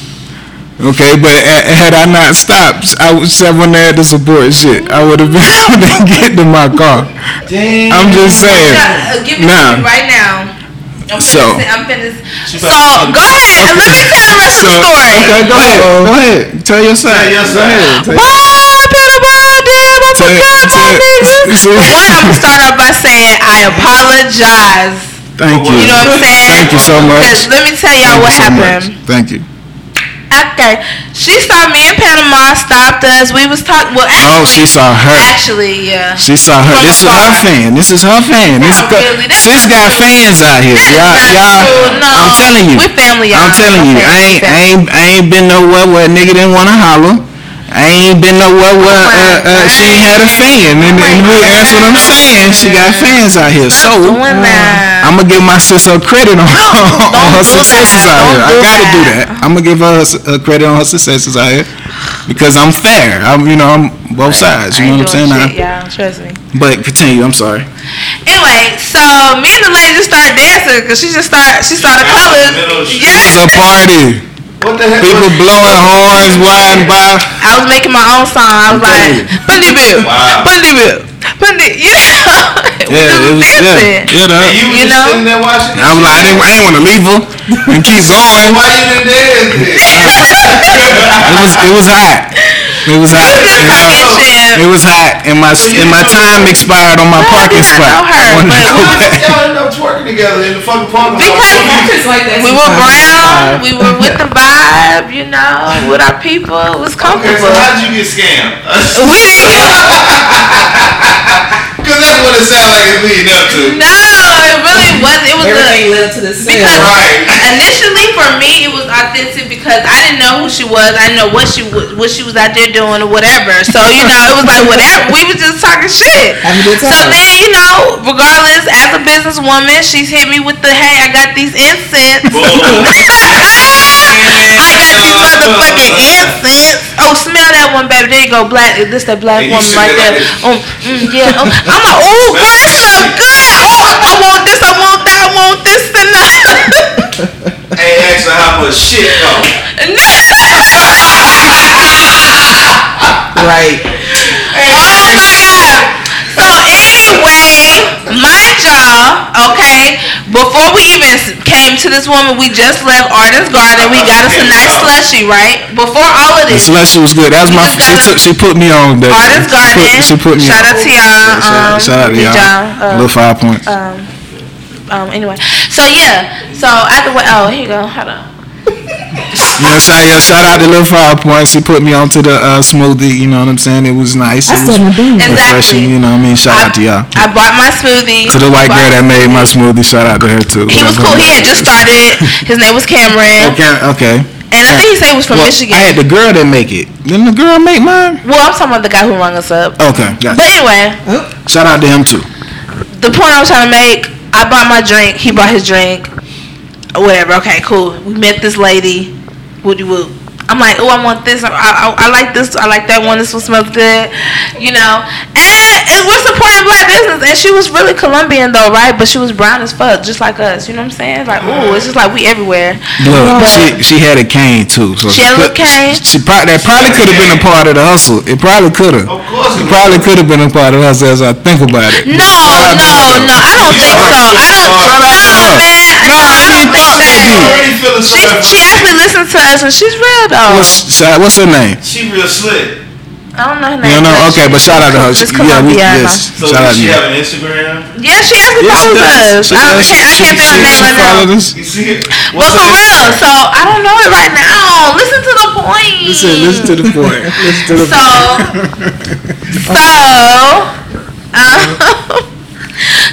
Okay, but a- had I not stopped, I would someone there to support shit. I would have been able to get to my car.
Damn.
I'm just saying.
Yeah, uh, give me
Nah.
nah. right now. I'm finna
So-
say- I'm finna. So
about to-
go ahead and let me tell the rest
So,
of the story.
okay, go ahead. Go ahead. Tell your
Tell
side.
your
Go ahead.
side.
Tell-
Boy, I better boy, damn, I
Tell-
forgot my
tell-
niggas.
see-
But one, I'm gonna start off by saying I apologize.
Thank you.
You know what I'm saying?
Thank you so much.
Because let me tell y'all
Thank you
what
so
happened.
much. Thank you.
Okay, she saw me in Panama, stopped us. We was talking. Well,
Oh, she
actually,
saw her.
actually, yeah.
She saw her.
From
This is her
afar.
fan. This is her fan. This
Not
got,
really. That's
sis
not
got
true.
fans out here.
That is not
y'all, y'all,
true. Oh, No,
I'm telling you.
we family, y'all.
I'm telling you,
Okay,
I
we
ain't, I
family.
ain't, I ain't been nowhere where a nigga didn't want to holler. I ain't been nowhere where uh, uh, she ain't had a fan, and, and really, that's what I'm saying. She got fans out here, so
Doing that.
I'm gonna give my sister credit on, on her
don't do
successes
that.
out here. I
Don't do
gotta do
that.
that. I'm gonna give her, her s- her credit on her successes out here because I'm fair. I'm you know I'm both sides.
I
You
ain't
know what I'm saying?
doing
I-
shit, y'all. Trust me.
But continue. I'm sorry.
Anyway, so me and the lady just started dancing because she just started. She saw the colors.
Middle street.
It's a
Yes.
party.
What the heck?
People blowing horns, riding by.
I was making my own song. I was like, Pundi Bill,
Wow.
Pundi Bill, Pundi. Yeah. we
Yeah, it was, yeah,
dancing.
yeah.
And
That,
you, was
You
just
know?
sitting there watching.
I was like, I didn't, I didn't want to leave her and keep going.
Why you didn't dance? then?
It was, it was hot. It was hot.
It was just
And
talking
so-
shit.
it was hot, and my and my time expired on my parking
I
spot.
know her,
I wanted
but
to go
we was-
back.
Y'all ended up twerking together in the fucking parking lot.
Because-
It's like that
We were
sometimes.
brown. We were with the vibe, you know, with our people. It was
Okay, so
comfortable.
how'd you get scammed?
We didn't get
Because that's what it sounds like it's leading up to.
No, it really wasn't. It was
Everything
a,
led to the same.
because
Right.
initially for me it was authentic because I didn't know who she was. I didn't know what she was, what she was out there doing or whatever. So you know, it was like whatever. We was just talking shit.
Having a good
So
time.
then you know, regardless, as a businesswoman, she's hit me with the hey, I got these incense.
Boom.
I got these motherfucking incense. Oh, smell that one, baby. There you go, black. This that black
And you
woman
should
right
be like
there.
this.
Um, mm, yeah. Um, I'm a ooh, girl, it smell good. Oh, I want this. I want that. I want this and that.
Ain't asking how much shit though.
Right.
Oh my god. So anyway, my job, okay, before we even s- came to this woman, we just left Arden's Garden. We got us a nice slushy, right? Before all of
The
this.
slushy was good. That was
You
my.
just
She
gotta-
took. She put me on. That
Artist
she
Garden.
Put, she put me
Shout
on.
out to y'all.
Yeah,
um,
shout, shout out to
Big
y'all.
John, uh,
Little five points.
um, um, anyway, so yeah, so after what? Oh, here you go. Hold on.
you know, shout, yeah, shout out to little five points. She put me onto the uh, smoothie. You know what I'm saying? It was nice.
I
It was
still my beans.
Exactly.
refreshing. You know what I mean? Shout out to y'all.
I bought my smoothie.
To the white girl that made my smoothie. Shout out to her too.
He was cool. He had just started. His name was Cameron,
Okay. Okay.
and I think he said he was from
Well,
Michigan.
I had the girl that make it. Didn't the girl make mine?
well, I'm talking about the guy who rung us up.
Okay. Got
But anyway,
Oh,
Shout out to him too.
the point I was trying to make, I bought my drink, he bought his drink, whatever. Okay, cool. We met this lady, woody woo. I'm like, oh, I want this. I, I, I like this. I like that one. This one smells good, you know. And it was supporting black business, and she was really Colombian though, right? But she was brown as fuck, just like us. You know what I'm saying? Like, ooh, it's just like we everywhere.
Look, she she had a cane too. So
She had a little cane.
She, pro- that probably could have been a part of the hustle. It probably could have.
Of course
It
it
probably could have been a part of the hustle as I think about it.
No, no,
I think so.
no. I don't think so. I don't.
Shout
No,
out to her.
man.
I
No, I don't think
she thought she
so.
did.
already feel the
She
sweat.
she actually listens to us, and she's real though.
What's shout- what's her name?
She real slick.
I don't know her name.
You know?
but
Okay, but shout out to her.
She's
She- yeah, we,
Colombiana.
yes.
So
shout
does
out to
she
her.
have an Instagram?
Yeah, she actually
Yes, she
follows us.
does. She
I, don't, can't, I
does. She-
can't think of
she-
her name
she
right now.
followed us.
You see it?
But for real, so I don't know it right now. Listen to the point.
Listen, listen to the point. Listen to the
So, so, um,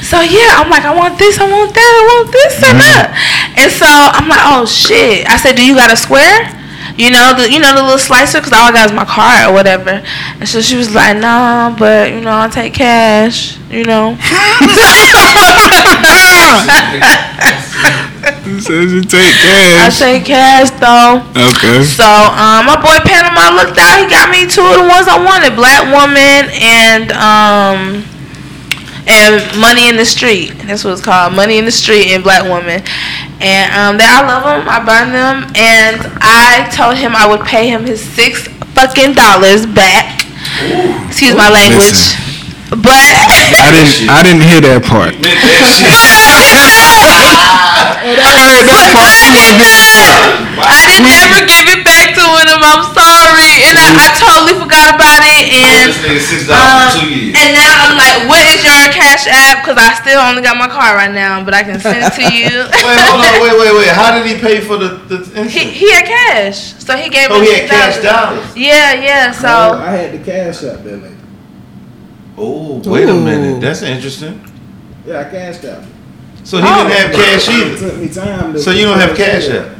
so yeah, I'm like, I want this, I want that, I want this and that. And so I'm like, oh shit. I said, do you got a square? You know the you know the little slicer because all I got is my card or whatever. And so she was like, nah, but you know I'll take cash. You know.
So she take
I
cash.
say cash though.
Okay.
So um, my boy Panama looked out. He got me two of the ones I wanted: Black Woman and um, and Money in the Street. That's what it's called: Money in the Street and Black Woman. And um, they, I love them. I buy them, and I told him I would pay him his six fucking dollars back. Excuse my language,
Listen.
but.
I didn't I didn't hear that part.
Meant that shit.
I heard that part. She ain't been-
I didn't ever give it back to him. I'm sorry, and I, I totally forgot about it. And
This nigga six dollars for two
Um,
years.
and now I'm like, what is your cash app? Because I still only got my car right now, but I can send it to you.
Wait, hold on, wait, wait, wait. How did he pay for the the
he,
insurance?
he had cash, so he gave
Oh,
me.
he had cash
$6,000.
dollars.
Yeah, yeah. So
No, I had the cash out that lady.
Oh, wait a
Ooh.
minute. That's interesting.
Yeah, I cashed out.
So he
Oh.
didn't have cash
It
either.
took me time to.
So you don't have cash out.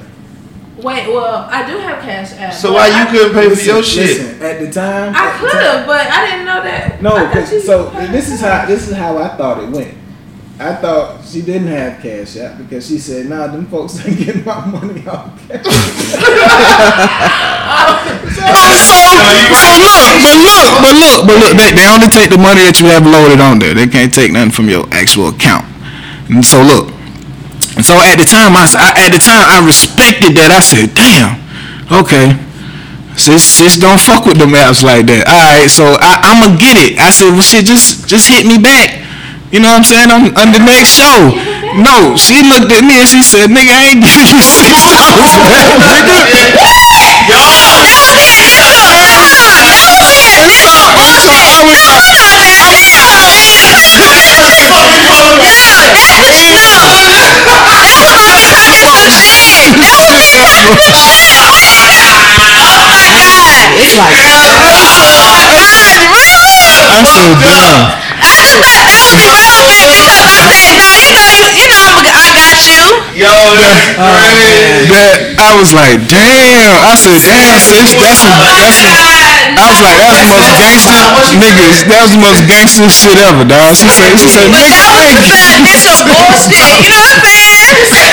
Wait, well, I do have cash app.
So
but
why
I-
you couldn't pay for your shit?
Listen, at the time.
I could have, but I didn't know that.
No,
I thought
'cause-
you-
so this is how this is how I thought it went. I thought she didn't have cash out because she said, "Nah, them folks ain't getting my money out."
So you
So look, but look, but look, but look, they, they only take the money that you have loaded on there. They can't take nothing from your actual account. And so look, and so at the time I, s- I- at the time I respected that. I said, damn, okay. Sis, sis, don't fuck with them apps like that. All right, so I, I'ma get it. I said, well, shit, just, just hit me back. You know what I'm saying? On, on the next show. No, she looked at me and she said, nigga, I ain't giving you six dollars back, nigga.
Oh,
It's like
I said, damn.
Yo, that's
Oh,
crazy.
That I was like, damn. I said, damn, sis, that's some, that's some. I was like, that's the most gangster niggas. That was the most gangster shit ever, dog. She said, she said, nigga, I ain't giving you six dollars.
That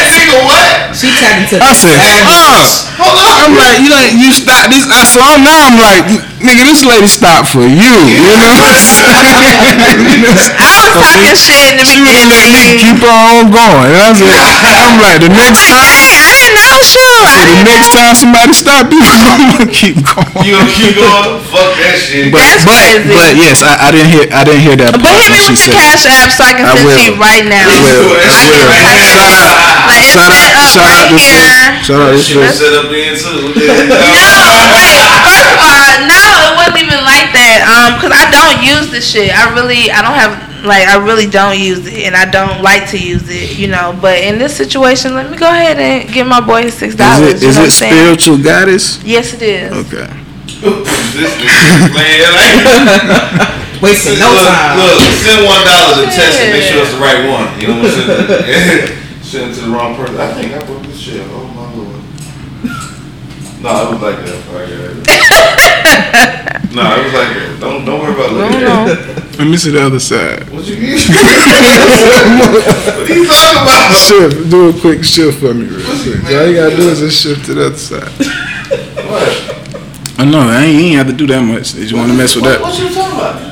nigga what?
she tapped into
I said, fuck.
Hold up.
I'm like, you like, you stop this. I, so I'm now I'm like, nigga, this lady stopped for you. You know what I'm saying? She was gonna let me keep on going. And I was like, I'm like, the next time, the next time somebody stop you, I'm gonna keep going.
You gonna keep going? Fuck that shit.
But,
That's
but,
crazy.
But yes, I, I didn't hear I didn't hear that.
But
part
hit
when
me
she
with the
said-
cash app so I can
I
send to
will.
you right now.
I will. I will.
Like,
Shout out.
it's
Shout
set
out.
up
Shout out
right
to
here.
sis. Shout out to
Shit was
sis.
set up then too. Nah,
Uh, no, it wasn't even like that. Um, cause I don't use the shit. I really, I don't have like, I really don't use it, and I don't like to use it, you know. But in this situation, let me go ahead and give my boy his six dollars.
Is it
you
is
know
it
what I'm saying?
spiritual goddess?
Yes, it is.
Okay.
This nigga playing like
wasting no
look,
time.
Look, send one dollar to test and make sure
Yeah.
it's the right one. You know what I'm saying? send it to the wrong person. I think I put this shit. Oh my lord. No, it was like that. All right, all right. no, it was like that. Don't don't worry about looking at it.
Let me see the other side.
What you get? what are you talking about?
Shift. Uh, Do a quick shift for me, real quick.
man.
All you gotta do is just shift to the other side.
What?
I know. I ain't, you ain't have to do that much. Did you want to mess with
What,
that?
what you talking about?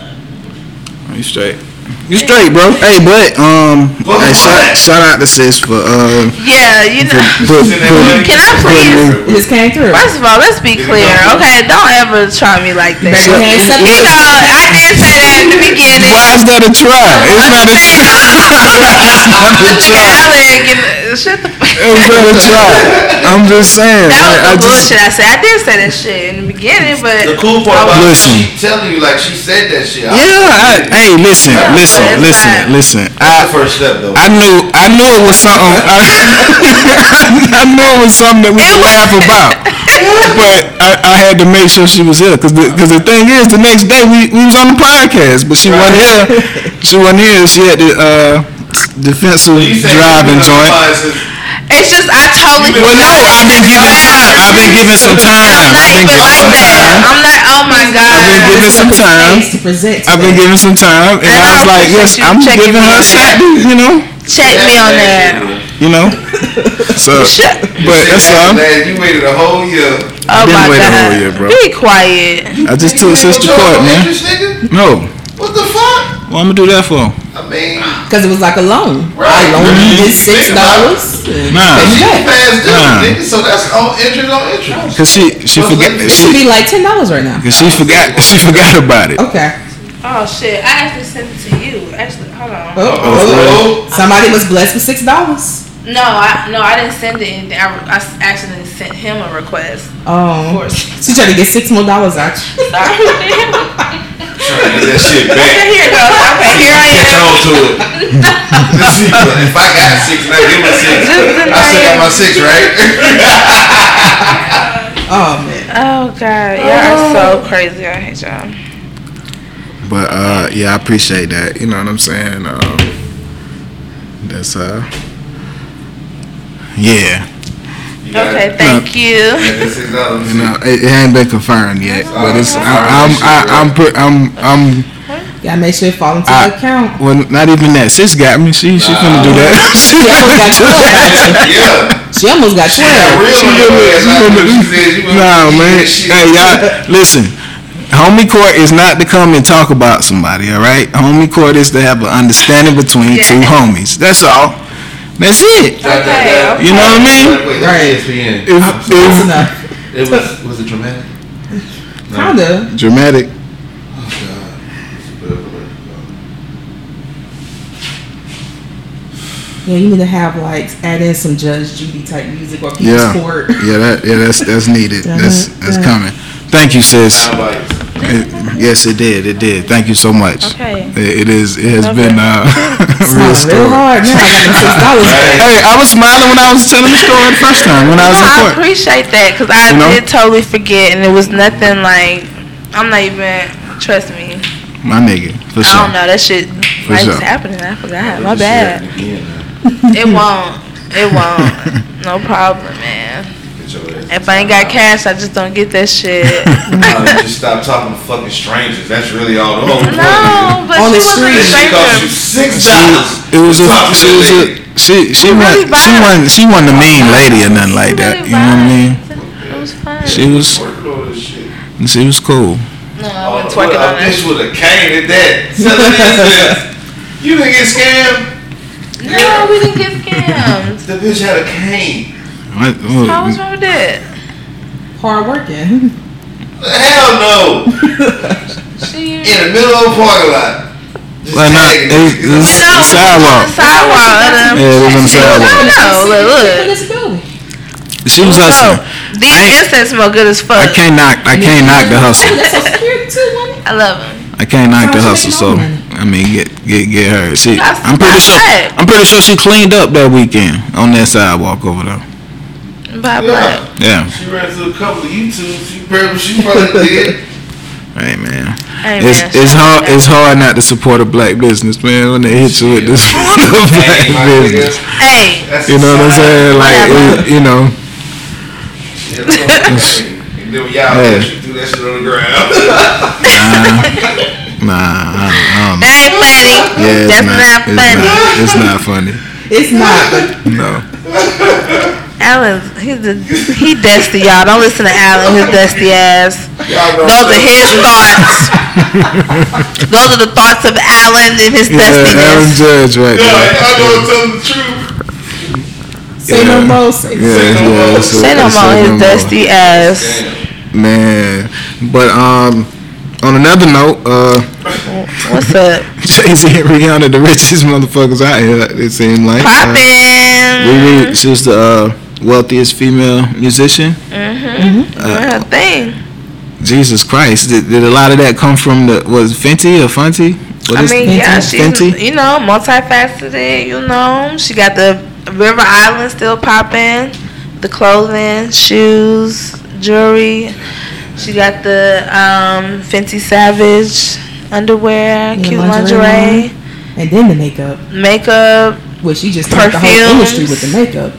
You straight. You straight, bro. Hey, but um,
But
hey,
what?
shout, shout out to sis for uh,
Yeah, you
for,
know.
for,
Send that money.
for
Can I please?
It just came through.
First of all, let's be clear. Okay, don't ever try me like that.
Baby, you
You know,
can't accept it.
I did say that in the beginning.
Why is that a try? It's not a try. I'm not a
Yeah,
try.
Alec, and- shut the fuck
It's not a try. I'm just saying.
That was
I, I
some
just,
bullshit. I said I did say that shit in the beginning, but
The cool part about it,
Listen.
she telling you like she said that shit. I-
yeah. I, hey, listen, listen,
That's
listen,
right.
listen.
That's the
I
first step though.
I knew I knew it was something. I, I knew it was something that we could laugh about. But I, I had to make sure she was here because the, 'cause the thing is, the next day we, we was on the podcast, but she wasn't here. She wasn't here. She had the uh, defensive
You said
driving
you was
joint.
surprised since-
it's just I totally
Well, no, I've been giving time. I've been giving some time.
I'm not
I've been
even
giving
like
some
that.
time.
I'm not. Oh my god.
I've been giving some time.
Space to present.
I've been giving some time, and I was like, yes, I'm giving her a shot. You know,
Check me on that.
you know. So,
Shut.
but that's all.
Man, you waited a whole year.
Oh
Been
my
waiting a
god.
whole year, bro.
Be quiet.
I just
You
took
ain't
sister
got
court,
no
man.
interest, nigga?
No,
What the fuck?
what I'm gonna do that for?
I mean,
Because it was like a loan.
Right.
I
Oh,
loaned you this
Think
six
about it.
dollars.
Nah,
she passed due,
Nah.
nigga. So that's on interest on interest.
cause she she forgot
It should be
she
like ten dollars right now.
cause she forgot she forgot about it.
Okay.
Oh shit! I actually sent it to you. Actually, hold on.
Oh,
Oh,
Somebody was blessed with six dollars.
No, I no, I didn't send it anything. I, I actually sent him a request.
Oh, she tried to get six more dollars out. you.
trying to get that shit back.
Okay, here it goes. Okay, here I
Catch
am.
on to it. if I got six, now give me six. I still got my six, right?
Oh man.
Oh god, y'all are so crazy. I hate y'all.
But uh, yeah, I appreciate that. You know what I'm saying? Um, that's uh, yeah.
You got
Okay,
it?
thank you.
Yeah, this is all I'm
You know, uh, it, it ain't been confirmed yet, but it's I, I'm I, I'm pre- I'm I'm
Gotta make sure it fall into
I-
the account.
well not even that. Sis got me. She she finna do that.
She
she
almost got twelve.
saying. Yeah.
She almost got
Yeah,
twelve.
real
She
nigga,
really-
that's
she
how
really-
she said, you
Nah,
really-
man.
shit.
Hey, y'all, listen. Homie court is not to come and talk about somebody, all right? Homie court is to have an understanding between two
Yeah.
homies. That's all. That's it.
That- that- that-
You know what I mean?
Wait, wait, that's E
Right.
ESPN.
If,
Close
if
enough.
It was was it dramatic? No.
Kinda.
dramatic.
Oh, um, God.
Yeah, you need to have like add in some Judge Judy type music or People's
Yeah.
Court.
Yeah, that yeah, that's that's needed. That's that's coming. Thank you, sis.
Sound bites.
It- yes, it did. It did. Thank you so much.
Okay.
It, it is. It has been uh,
It's
real
not real hard.
story.
Now I got them six dollars back.
Hey, I was smiling when I was telling the story the first time when I was in
I
court.
appreciate that because I
You know?
did totally forget, and it was nothing like I'm not even. Trust me,
My nigga, for
I
sure.
don't know that shit.
For
Life
sure.
is happening. I forgot. My
Just
bad.
shit again, man.
It won't. It won't. No problem, man.
Get your ass.
If I ain't got cash, I just don't get that shit.
Nah, just stop talking to fucking strangers. That's really all. the whole point.
No, but
On the
she wasn't a
street.
She cost you
stranger.
six dollars.
It was a,
Talking
she
to
was
the
a,
lady.
she, she
really
wasn't, she
vibed.
wasn't, she wasn't a mean lady or nothing like that. You know what I mean?
It was fun.
She was,
Working on this shit.
she was cool.
no, I
Oh,
wasn't
what
twerking on
a bitch
that.
with a cane at that. Selling this bitch. You didn't get scammed.
No, we didn't get scammed.
The bitch had a cane.
I,
How was wrong with that?
Hard working.
Hell no.
She.
In the middle of a parking lot. Just
Well, nah,
tagging
it-
niggas.
it was-
No, sidewalk.
Sidewalk.
Sidewalk.
yeah, it was on the sidewalk.
No, look, look.
look.
She was
So,
hustling.
Oh, these
I-
incense smell good as
I
fuck. I,
can't knock, I can't knock the hustle.
That's so security too, woman.
love them.
I can't knock the
How much you
hustle. So
making?
I mean, get get get her. She,
That's
I'm
my
pretty sure,
bag.
I'm pretty sure she cleaned up that weekend on that sidewalk over there.
Bye
Yeah.
bye.
Yeah.
She ran through a couple of YouTubes. She probably, she probably did.
Hey man,
Hey,
it's
man,
it's
shout out
hard
to
it's hard not to support a black business man when they hit you with this black
Hey, my nigga,
business.
that. Hey,
that's
You know what I'm
society.
saying? Like it, you know.
Yeah, that's what I'm saying. And then when y'all
Yeah.
push you through that shit on the ground.
Nah, I don't, I don't know.
that ain't funny.
Yeah, it's
That's not,
not,
funny.
It's
it's not. It's not funny.
not. But
No.
Alan, he's the, he dusty, y'all. Don't listen to Alan, his dusty ass.
Y'all know
Those are his thoughts. Those are the thoughts of Alan and his
Yeah, Aaron
dustiness.
Judge right
Yeah,
there.
y'all know I'm telling the truth.
say no
Yeah.
more.
oh,
Say
Yeah, yeah. it's a-
Say no
it's a
more, his dusty ass.
Damn.
Man, but um, on another note, uh.
What's up?
Jay Z and Rihanna, the richest motherfuckers out here. It seemed like. Uh,
Poppin'.
Riri, she was the uh, wealthiest female musician. uh,
Doing her thing.
Jesus Christ, did, did a lot of that come from the was Fenty or Fenty? What
I
is
mean,
Fenty?
yeah, she's
Fenty.
you know multifaceted. You know, she got the River Island still popping, the clothing, shoes, jewelry. She got the um, Fenty Savage underwear,
Yeah,
cute
lingerie
lingerie,
And then the makeup,
makeup.
which she just turned the whole
Perfumes.
industry with the makeup.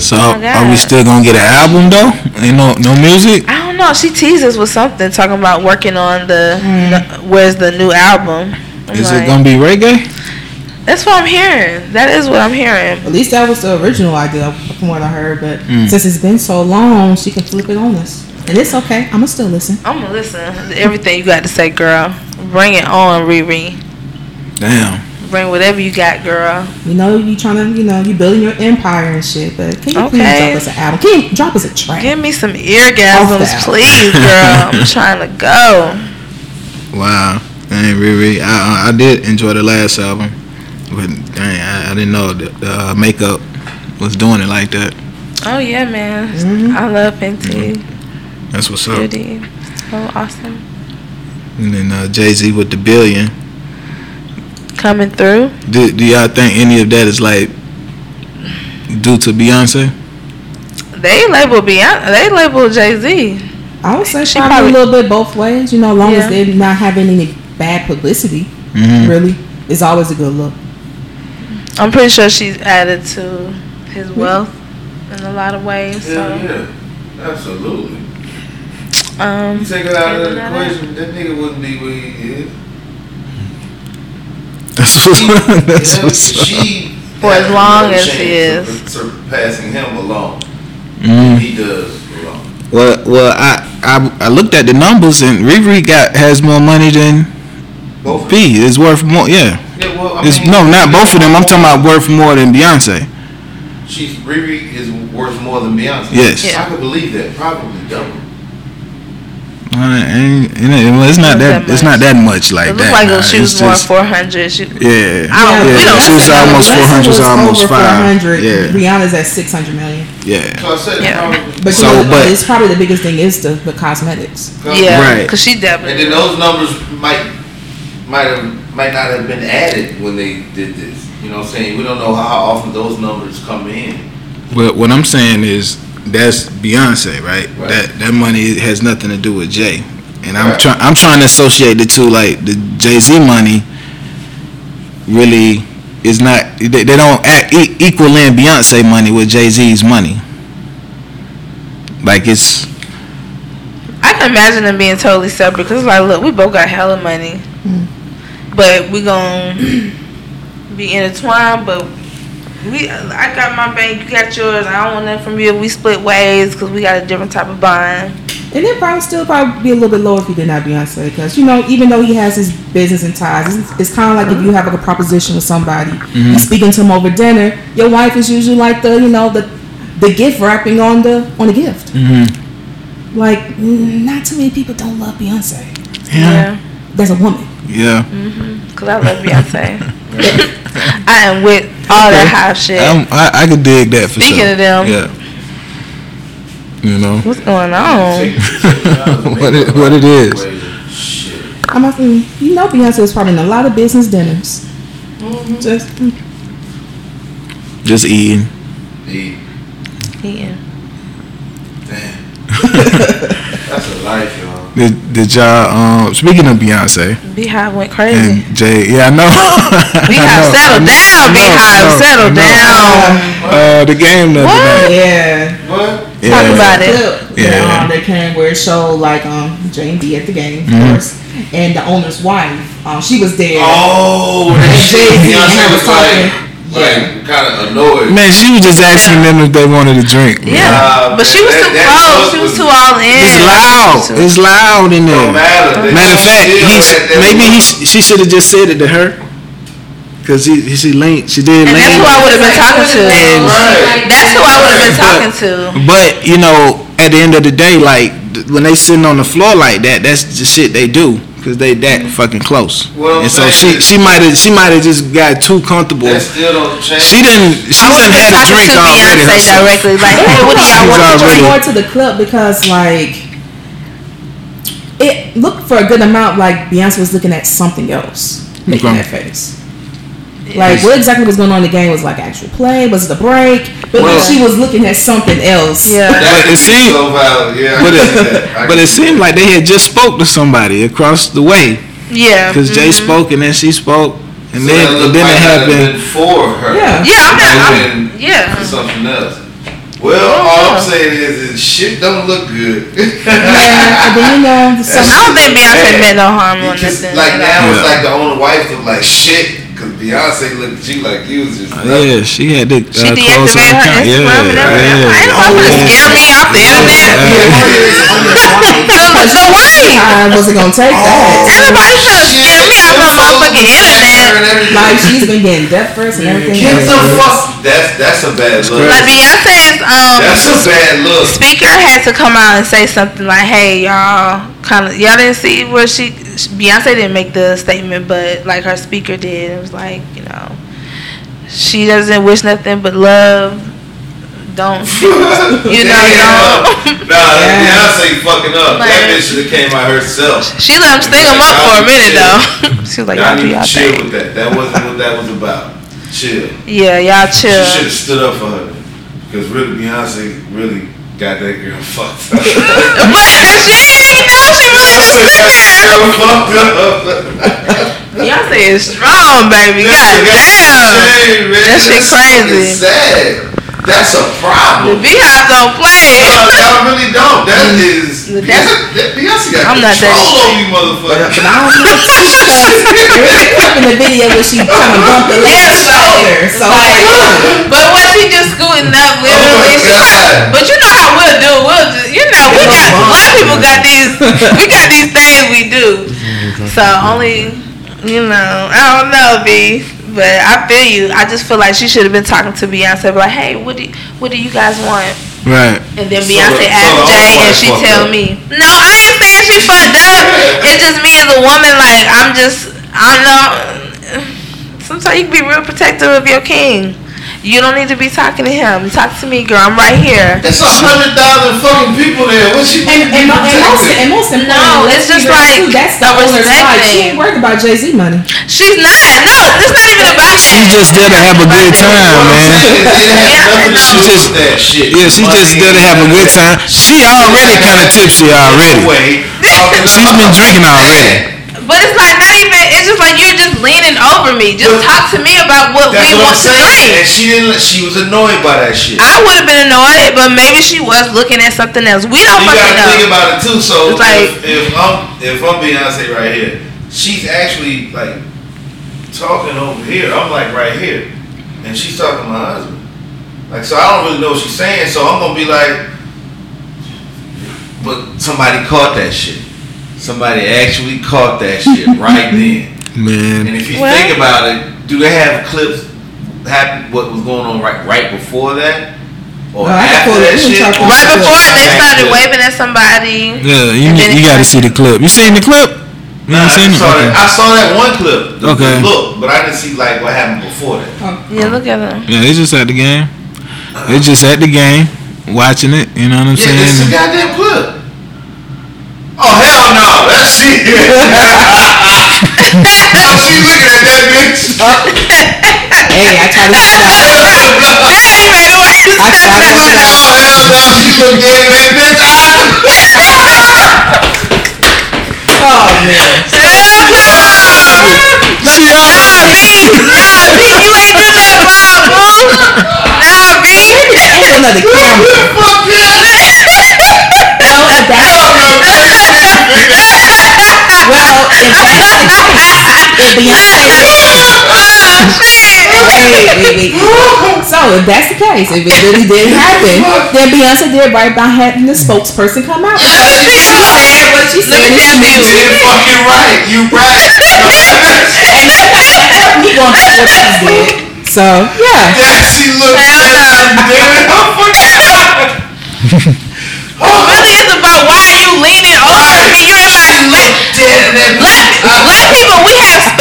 So
Oh my
are we
God.
still gonna get an album though? Ain't no no music.
I don't know. She teased us with something talking about working on the where's the new album. I'm
Mm. Is
like,
it gonna be reggae?
that's what I'm hearing. That is what I'm hearing.
At least that was the original idea from what I heard. But
Mm.
since it's been so long, she can flip it on us, and it's okay. I'ma still listen.
I'm gonna listen to everything you got to say, girl. Bring it on, Riri.
Damn.
Bring whatever you got, girl.
You know, you trying to, you know, you building your empire and shit. But can you please
Okay.
drop us an album? Can you drop us a track?
Give me some
Off
eargasms,
the-
please, girl. I'm trying to go.
Wow. Dang, Riri. I I I did enjoy the last album, but dang, I, I didn't know the, the uh, makeup was doing it like that.
Oh yeah, man.
Mm-hmm.
I love Fenty
That's what's up.
Beauty. So awesome.
And then uh, Jay Z with the billion.
Coming through.
Do, do y'all think any of that is like due to Beyonce?
They label Beyonce. They label Jay Z.
I would say
She
probably,
probably-
a little bit both ways. You know, as long
Yeah.
as they're not having any bad publicity,
Mm-hmm.
really, it's always a good look.
I'm pretty sure she's added to his wealth in a lot of ways.
Hell
So,
yeah. Absolutely.
um,
You take it out of
figuring
the
that out.
equation, that nigga wouldn't be where he is.
That's what's, that's
Yeah,
what's up.
she
For as
has
long
no
as
chance
he
of
is.
surpassing him alone.
Mm.
He does alone.
Well, well, I, I I looked at the numbers and Riri got has more money than
Both. of
B. It's worth more. Yeah,
them. Yeah, well, I
it's
mean,
no, not both of them. I'm talking about worth more than Beyonce.
She's Riri is worth more than Beyonce.
Yes.
Yeah.
I could believe that. Probably double.
Uh, and, and it- well, it's not that. It's not that much like
It
that.
looked like
nah.
those shoes
It's
more
just-
four hundred. She
Yeah,
I don't- we
Oh, yeah.
don't
She was
think-
almost
Alexa
four hundred.
was
Almost
over
five.
400.
Yeah,
Rihanna's at 600 million.
yeah.
So I said
Yeah.
probably.
But,
So,
you know,
but-
it's probably the biggest thing is the, the cosmetics.
yeah,
Right.
cause she
And
definitely.
then those numbers might might have might not have been added when they did this. You know what I'm saying? We don't know how often those numbers come in.
But what I'm saying is that's Beyonce, right?
Right.
That that money has nothing to do with Jay. And I'm
Right.
trying I'm trying to associate the two like the Jay Z money really is not they, they don't act e- equal in Beyonce money with Jay Z's money. Like it's
I can imagine them being totally separate. Cause it's like, look, we both got hella money,
Mm.
but we gon' be intertwined. But we, I got my bank, you got yours. I don't want nothing from you. We split ways because we got a different type of bond.
And it probably still probably be a little bit lower if he did not Beyonce, because you know, even though he has his business and ties, it's, it's kind of like if you have like a proposition with somebody, you speaking to him over dinner. Your wife is usually like the you know the the gift wrapping on the on the gift. Like mm, not too many people don't love Beyonce.
yeah.
That's a woman.
Yeah.
Cause I love Beyonce. I am with all that hot shit.
I'm- I I could dig that for
Speaking
sure.
of them.
Yeah. You know.
What's going on?
What it- what it is.
Shit.
I'm not, mm, you know Beyonce is probably in a lot of business dinners. Just mm,
Just eating.
Eat.
Yeah.
Damn. That's a life, y'all.
Did, did y'all um speaking of Beyonce
Beehive went crazy.
and Jay yeah, I know.
Beehive, settle
I know, I know,
down.
I know,
Beehive,
I know,
settle
I know.
down.
Uh, the game the
What?
other night.
yeah.
What?
Yeah.
Talk about it.
Clip
Yeah.
that, um, that came where it showed like um Jane B at the game, of
Mm-hmm.
course, and the owner's wife. Um, she was there.
Oh, that shit.
Jay-Z
Beyonce
and
was
Harry
like, like kind of annoyed.
Man, she was just asking them if they wanted a drink. man.
Yeah.
Nah,
but she was
man, that-
too
that
close.
talk
She was
was-
too all in.
It's loud. It's loud in
Don't
there.
matter. They
Matter of fact,
still
he,
had that
maybe
look.
he sh- she should have just said it to her, cause he, he- she leaned she did
And that's
lean.
who I would have been talking to.
Right.
That's who I would have been
But-
talking to.
But you know, at the end of the day, like th- when they sitting on the floor like that, that's the shit they do because they that fucking close.
Well,
and so
man,
she
that-
she might have she might have just got too comfortable.
That still don't change.
She didn't she
I would have been
didn't had a
talking
drink
to
already.
Beyonce
herself.
directly. Like, hey, what do
She
y'all
was
want?
I
already-
to
went
Really?
more to the clip because like it looked for a good amount like Beyonce was looking at something else making
Okay.
that face. Like what exactly was going on in the game was like actual play, was it a break? But
Well-
she was looking at something else.
Yeah.
That
But it
is
seemed-
so valid. Yeah, I
But
can see
it,
that. I
but
can
it
see
seemed
that.
like they had just spoke to somebody across the way
Yeah.
because
mhm.
Jay spoke and then she spoke and
So
then
that
and
look
then
might not
it
have
happened.
been for her.
Yeah.
Yeah, I'm not. I'm,
And then
yeah.
Something else. Well, all
Yeah.
I'm saying is, is shit don't look good.
Yeah, and then you know, so
I don't think Beyonce
Bad.
meant no harm on
Because,
this. thing
like
at
now,
all.
it's
Yeah.
like the owner wife look like shit because Beyonce looked at you like you was just
Uh,
nothing.
yeah, she had to uh,
She
close
deactivated her
her account.
Instagram and everything.
yeah,
I ain't
yeah.
nobody gonna scam me off the internet. the wife.
I wasn't gonna take that.
Everybody trying to scam me off my motherfucking internet.
Like she's been getting death first and everything.
Get the
else.
fuck. That's that's a bad look.
Like Beyonce's
That's
um
a bad look.
speaker had to come out and say something like, "Hey, y'all, kind of y'all didn't see where she Beyonce didn't make the statement, but like her speaker did. It was like, you know, she doesn't wish nothing but love. Don't you know? Don't.
Damn. Nah,
Yeah.
Beyonce fucking up.
Like-
that bitch should have came out herself.
She let him sting him up for a minute though. she was like,
Y'all
y'all do
need to
y'all
chill with
thing.
that. That wasn't what that was about. Chill.
Yeah, y'all
She should
chill.
have stood up for her. Because really, Beyonce really got that girl fucked up.
But she ain't though. She really just
Beyonce
stood
got that
there.
girl fucked up.
Beyonce is strong, baby. God
That's
damn.
insane, man.
That shit
That's fucking
crazy.
Sad. That's a
The
problem.
Beehive don't play.
Y'all, y'all really don't. That is.
That's-
Beyonce, Beyonce got
I'm not that
control over
extreme.
you, motherfucker.
I don't know if she cussed. There's a clip in the video where she kind of bumped the lady's
Yeah, so-
shoulder. So,
Like, but once you just scooting up,
Oh,
literally,
my
she
God.
like, but you know how we'll do. We'll just, you know, we got, a lot of people got these, we got these things we do. So only, you know, I don't know, B. But I feel you. I just feel like she should have been talking to Beyonce, be like, hey, what do, what do you guys want?
Right.
And then
So the-
Beyonce
so
asked
the
Jay,
other
and
part
she
fucked
tell
up.
me, "No, I ain't saying she fucked up. It's just me as a woman. Like I'm just, I don't know. Sometimes you can be real protective of your king. You don't need to be talking to him. Talk to me, girl. I'm right here.
That's a hundred thousand fucking people there. What she
and, and, mo- and most and most importantly,
No,
let's
it's just
be real,
like
too, that's the
a
owner's
respect
side. She
thing.
ain't worried about Jay Z money.
She's not. No, it's not even about that.
She's just there to have a good time, man.
It has nothing
Yeah,
to
no.
do with that shit.
Yeah, she just there to have a good time. She already kind of tipsy already.
Anyway,
She's been drinking already.
But it's like not even. It's just like you're just leaning over me.
But-
Just talk to me about what
That's
we
what I'm
want to
saying.
drink.
And she didn't. She was annoyed by that shit.
I would have been annoyed, but maybe she was looking at something else. We don't
you
fucking
gotta
know.
think about it too. So
It's like-
if, if I'm if I'm Beyonce right here, she's actually like talking over here. I'm like right here, and she's talking to my husband. Like so, I don't really know what she's saying. So I'm gonna be like, but somebody caught that shit. Somebody actually caught that shit right then. And
Man,
if you
Well-
think about it, do they have clips happen what was going on right right before that?
Well,
Or
I
after
thought
that
we were
shit?
talking
Right
Yeah.
before they
Back
started
to-
waving at somebody.
yeah, you need- you gotta see the clip. You seen the clip? You
Nah, I,
ain't seen it?
saw that,
Okay.
I saw that one clip. The,
Okay.
the look, but I didn't see like what happened before that.
Yeah, look at them.
Yeah, they just at the game. They just at the game, watching it. You know what I'm
Yeah, it's a
saying?
goddamn clip. Oh hell no, that shit. oh, she looking at that bitch.
Hey, I tried to watch that. I tried to watch that.
Oh hell no, she look dead man, bitch. Ah!
Oh man,
She already.
that's another camera.
Fuck
Well,
yeah.
if that's well, if that's the case, if Beyonce,
Oh,
wait, wait, wait. So if that's the case, if it really did happen, then Beyonce did right by having the spokesperson come out. What she said is she
You
knew.
did fucking right. You right.
And that's why that kept me going back to what she did. So yeah,
Damn, she looked
Hell
dead
no.
like dead. I'm fucking. Oh, she looked dead in that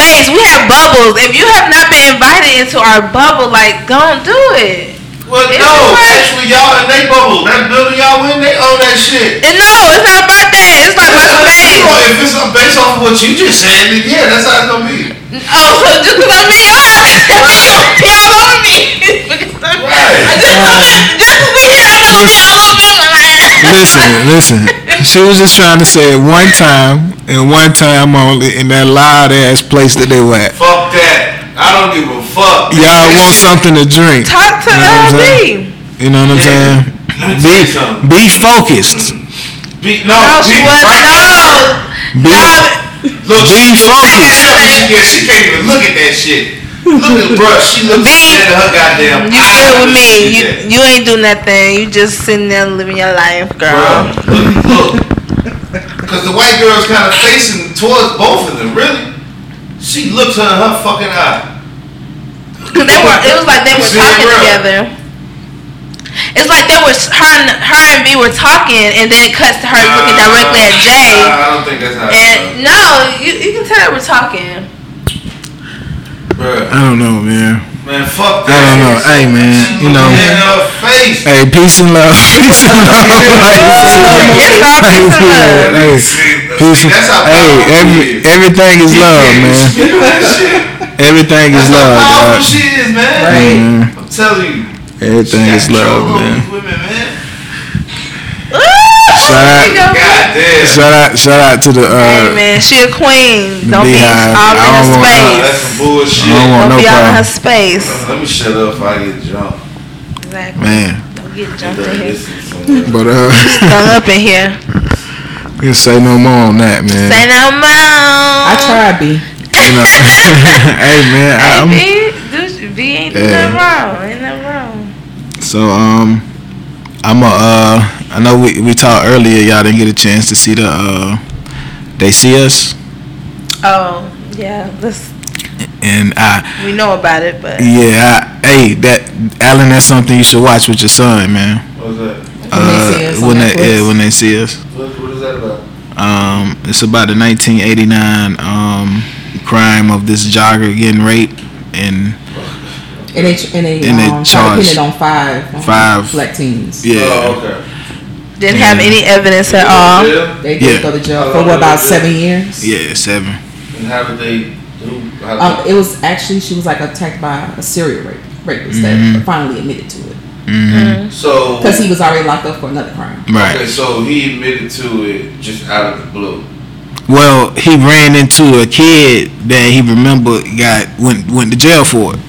If you have not been invited into our bubble, like, don't do it.
Well, no,
It's a fact.
actually, y'all in they bubble. That building y'all in, they own that shit.
And no, it's not about that. It's like my space.
Well, if it's uh, based off what you just said, then yeah, that's how it's gonna be.
Oh, so just because I'm in your house, y'all on me. Because I'm-
Right.
Just because we here, I'm gonna be a little bit like.
Listen, listen. She was just trying to say it one time and one time only in that loud ass place that they were at.
Fuck that. I don't give a fuck.
Y'all want something to drink.
Talk to
You know what I'm
LB.
saying? You know what I'm saying?
Let me tell
Be
you something.
be focused.
Be, no,
No, she
be
was
right.
no.
Be
Look,
Be
she looked at
focused.
that shit. Yeah, she can't even look at that shit. Look at bruh, she looked
Be-
dead in her goddamn.
You
eye
good with
when she
me?
did
You
that.
you ain't do nothing. You just sitting there living your life, girl.
Bruh, look, look. Because the white girl's kind of facing towards both of them, really. She looks her in her fucking eye.
Cause they were. It was like they were
See,
talking
bruh.
together. It's like they were her and her and B were talking, and then it cuts to her looking
Nah,
directly at Jay.
nah, I don't think that's how
And
it
no, you, you can tell they were talking.
Bruh,
I don't know, man.
man, fuck
I
that.
don't know. Hey, man.
She
You know.
looked in her face.
Hey, peace and love. Peace and love.
It's all peace and love.
Hey,
See,
peace
see,
and-
that's how
hey,
powerful she
every,
is.
everything is love,
You
man.
know that shit?
Everything is
That's
love,
how powerful
dog.
she is, man.
Right.
Man,
I'm telling you. she
Everything
got
is
control
love,
over
man.
these Women, man.
Shout out,
God damn.
shout out, shout out to the.
Hey
Uh,
man, she a queen. Don't be
beehive.
all
I
in her
don't want-
Nah,
space.
that's some bullshit.
I don't want
Don't
no
be all in her
problem.
space.
Let me shut up if I get drunk.
Exactly.
man.
Don't get
And,
jumped
uh,
in here.
this is some, uh,
But uh,
Come up in here.
you say no more on that, man.
Say no more.
I tried, B.
You know? hey, man. I,
Hey,
I'm,
B, do, B ain't do nothing wrong. Ain't nothing wrong.
So um, I'm a uh, I know we we talked earlier. Y'all didn't get a chance to see the uh, they see us,
Oh, yeah. Let's,
and I
we know about it, but
yeah, I, hey that Alan, that's something you should watch with your son, man. Uh,
what was that?
When they see us on
when they
Netflix.
yeah, when they see us,
What, what is that about?
um, it's about the 1989 um crime of this jogger getting raped and
And they ch- and they,
And they
um, tried to pin
charged
it on five um,
five.
black teens.
yeah.
Oh, okay.
didn't have
Yeah.
any evidence at all.
Yeah?
They did
Oh, Yeah.
go to jail
How
for
long
what,
did they
about
do?
seven years.
Yeah, seven.
And how did they? Who? How
Um, it was actually she was like attacked by a serial rape, rapist that finally admitted to it
Mm-hmm.
so
because he was already locked up for another crime.
Right.
Okay, so he admitted to it just out of the blue.
Well, he ran into a kid that he remembered got went went to jail for it.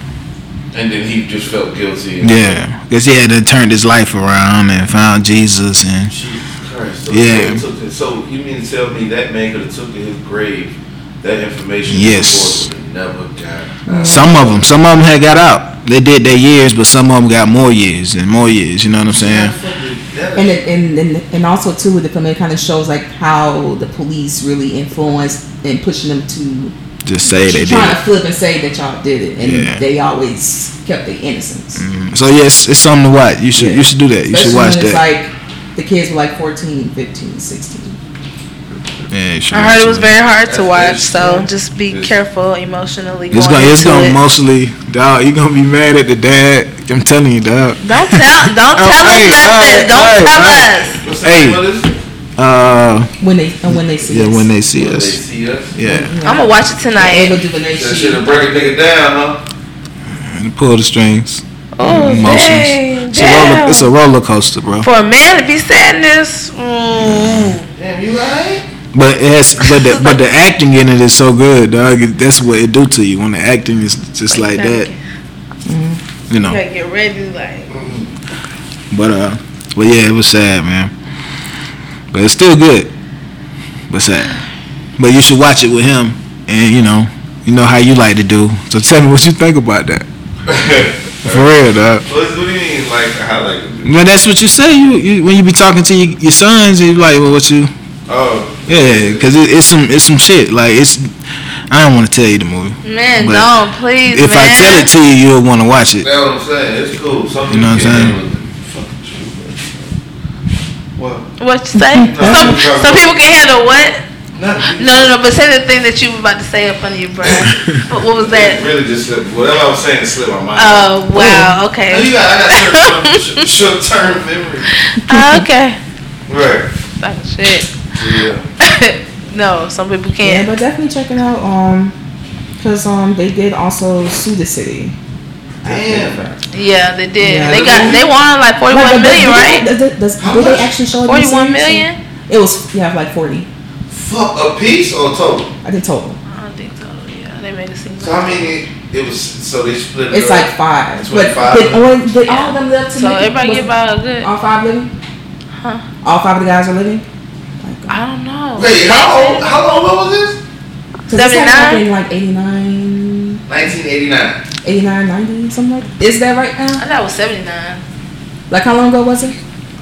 And then he just felt guilty. And
Yeah, because he had to turn his life around and found Jesus and
Jesus Christ. So
Yeah.
he took it- So you mean to tell me that man could have took to his grave that information?
Yes.
before and Never got.
Mm.
out?
some of them, some of them had got out. They did their years, but some of them got more years and more years. You know what I'm saying?
That-
And it, and, and and also too with the film, it kind of shows like how the police really influenced and pushing them to
Just say they did.
trying to flip and say that y'all did it, and
Yeah.
they always kept their innocence.
it. So yes, it's something to watch. You should you should do that. You should
Especially
watch
when it's
that.
like the kids were like 14, 15, 16.
Yeah, you should
I
watch
heard it
it.
was very hard to
That's
watch,
good.
so just be
It's-
careful emotionally. Going
It's gonna it's
into
gonna
it.
mostly dog. You gonna be mad at the dad. I'm telling you, dog.
Don't tell. Don't
Oh,
tell
hey,
us nothing.
hey,
don't
hey,
tell
hey.
us.
What's the name of this?
Uh,
When they and when they see
yeah,
us.
when they see
When They
us,
see us.
yeah,
I'm gonna watch it
Ava
tonight.
DuVernay,
That
she,
should have break a nigga down, huh?
and pull the strings.
Oh,
Emotions.
dang,
It's a roller,
damn.
it's a roller coaster, bro.
For a man to be sad in this, mm,
Damn, you right?
But it has, but the, but the acting in it is so good, dog. It- That's what it do to you when the acting is just like that, you
you
know.
gotta get ready, like.
But uh, but yeah, it was sad, man. But it's still good, but sad. But you should watch it with him, and you know, you know how you like to do. So tell me what you think about that. For real, dog.
What, what do you mean? Like how? Like
Well, that's what you say. You, you when you be talking to your, your sons, you like, well, what you?
oh,
Yeah, cause it, it's some it's some shit. Like it's, I don't want to tell you the movie.
Man,
But
don't please.
If
man.
I tell it to you, you'll want to watch it.
that's what I'm saying. It's cool. Something
You know what I'm saying?
What?
what you say?
No,
some,
you probably-
some people can handle what?
Nothing.
No, no, no. But say the thing that you were about to say up under your breath. what, what was
It
that?
really just slipped. Whatever I was saying slipped my mind.
Oh wow. Okay.
No, you got, I got short- short term memory.
Ah, okay.
Right.
Oh, shit.
Yeah.
no, some people
yeah,
can't.
but definitely check it out. Um, cause um they did also sue the city.
Damn.
Yeah, they did.
Yeah.
They got they won like forty
Like,
one
but-
million,
but-
right?
Does, does, does,
How
do they
much?
actually show it? in the
Forty one
series?
million.
It was yeah, like forty.
Fuck a piece or total?
I think total.
I don't think so. Yeah, they made it seem.
So I mean, it, it was so they split. It
It's
up.
like five.
It's
but
like five.
But all, did all of them live to
So
make it?
everybody
Was
get by good.
All five living?
Huh.
All five of the guys are living?
I don't know.
Wait, how old? How long ago was this?
Cause this
79?
happened in like 89,
1989.
89, 90, something like that. Is that right now?
I thought it was seventy nine.
Like how long ago was it?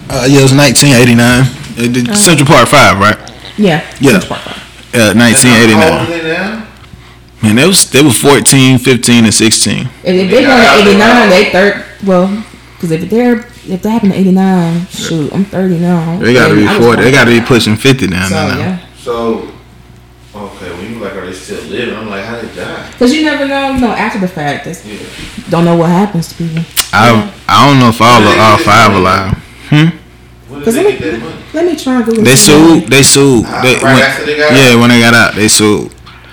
Uh, yeah, it was 1989. It did Central Park Five, right?
Yeah.
Yeah.
Central Park Five.
Uh,
And how old
1989.
are they now?
Man, they was they were 14, 15, and 16.
And if they
Yeah,
go
I-
to 89,
I-
they third. Well, because if they're, if that happened to 89, shoot, I'm 30 now.
They gotta be
I was
40. They
born-
gotta be pushing 50 now.
So,
now, now.
yeah.
So. Okay, when you like, are they still living? I'm like, how they die?
Because you never know, you know, after the fact. That's,
Yeah.
Don't know what happens to people.
I I don't know if all of all five alive.
When did
Because
they
let
get that
me,
money?
let me try and Google
They
this real
sued.
quick.
They sued. Uh, They,
right
when-
after they got
yeah, when they got out, they sued,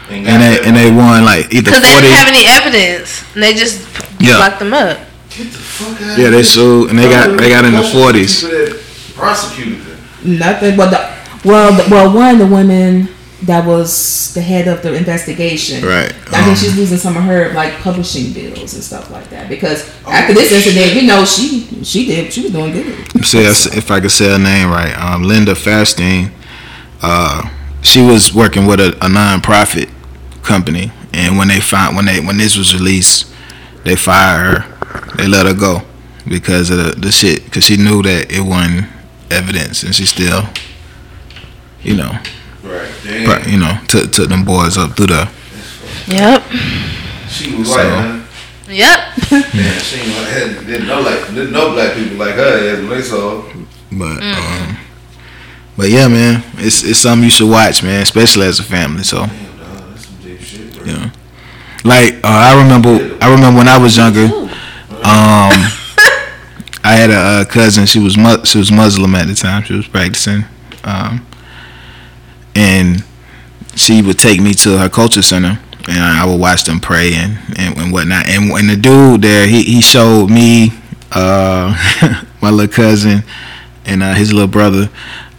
And,
and they and they won like either
Because they
40.
didn't have any evidence. And they just
Yeah.
locked them up.
Get the fuck out.
Yeah,
of
they
here.
sued, and they got they got in the 40s.
People that Prosecuted them.
Nothing. Well, the, well, the, well, one the women that was the head of the investigation.
Right.
I
Um.
think she's losing some of her like publishing deals and stuff like that because
Oh.
after this incident, you know, she she did she was doing good.
say that's- if I could say her name right, um, Linda Fasting. Uh, she was working with a, a non-profit company, and when they found when they when this was released, they fired her. They let her go because of the, the shit, because she knew that it wasn't evidence, and she still, you know,
Right. Damn.
pro- you know, took took them boys up through the.
Yep.
She was white,
So- hmm.
huh?
Yep.
Damn, she ain't like, had- didn't know like didn't know black people like her ass when they saw her.
But um, but yeah, man, it's it's something you should watch, man, especially as a family. So.
Damn, dog, that's some deep shit, bro.
Yeah. Like uh, I remember, I remember when I was younger. Um, I had a, uh cousin. She was mu- she was Muslim at the time. She was practicing, um, and she would take me to her culture center, and I would watch them pray and and, and whatnot. And when the dude there, he he showed me uh, my little cousin and uh, his little brother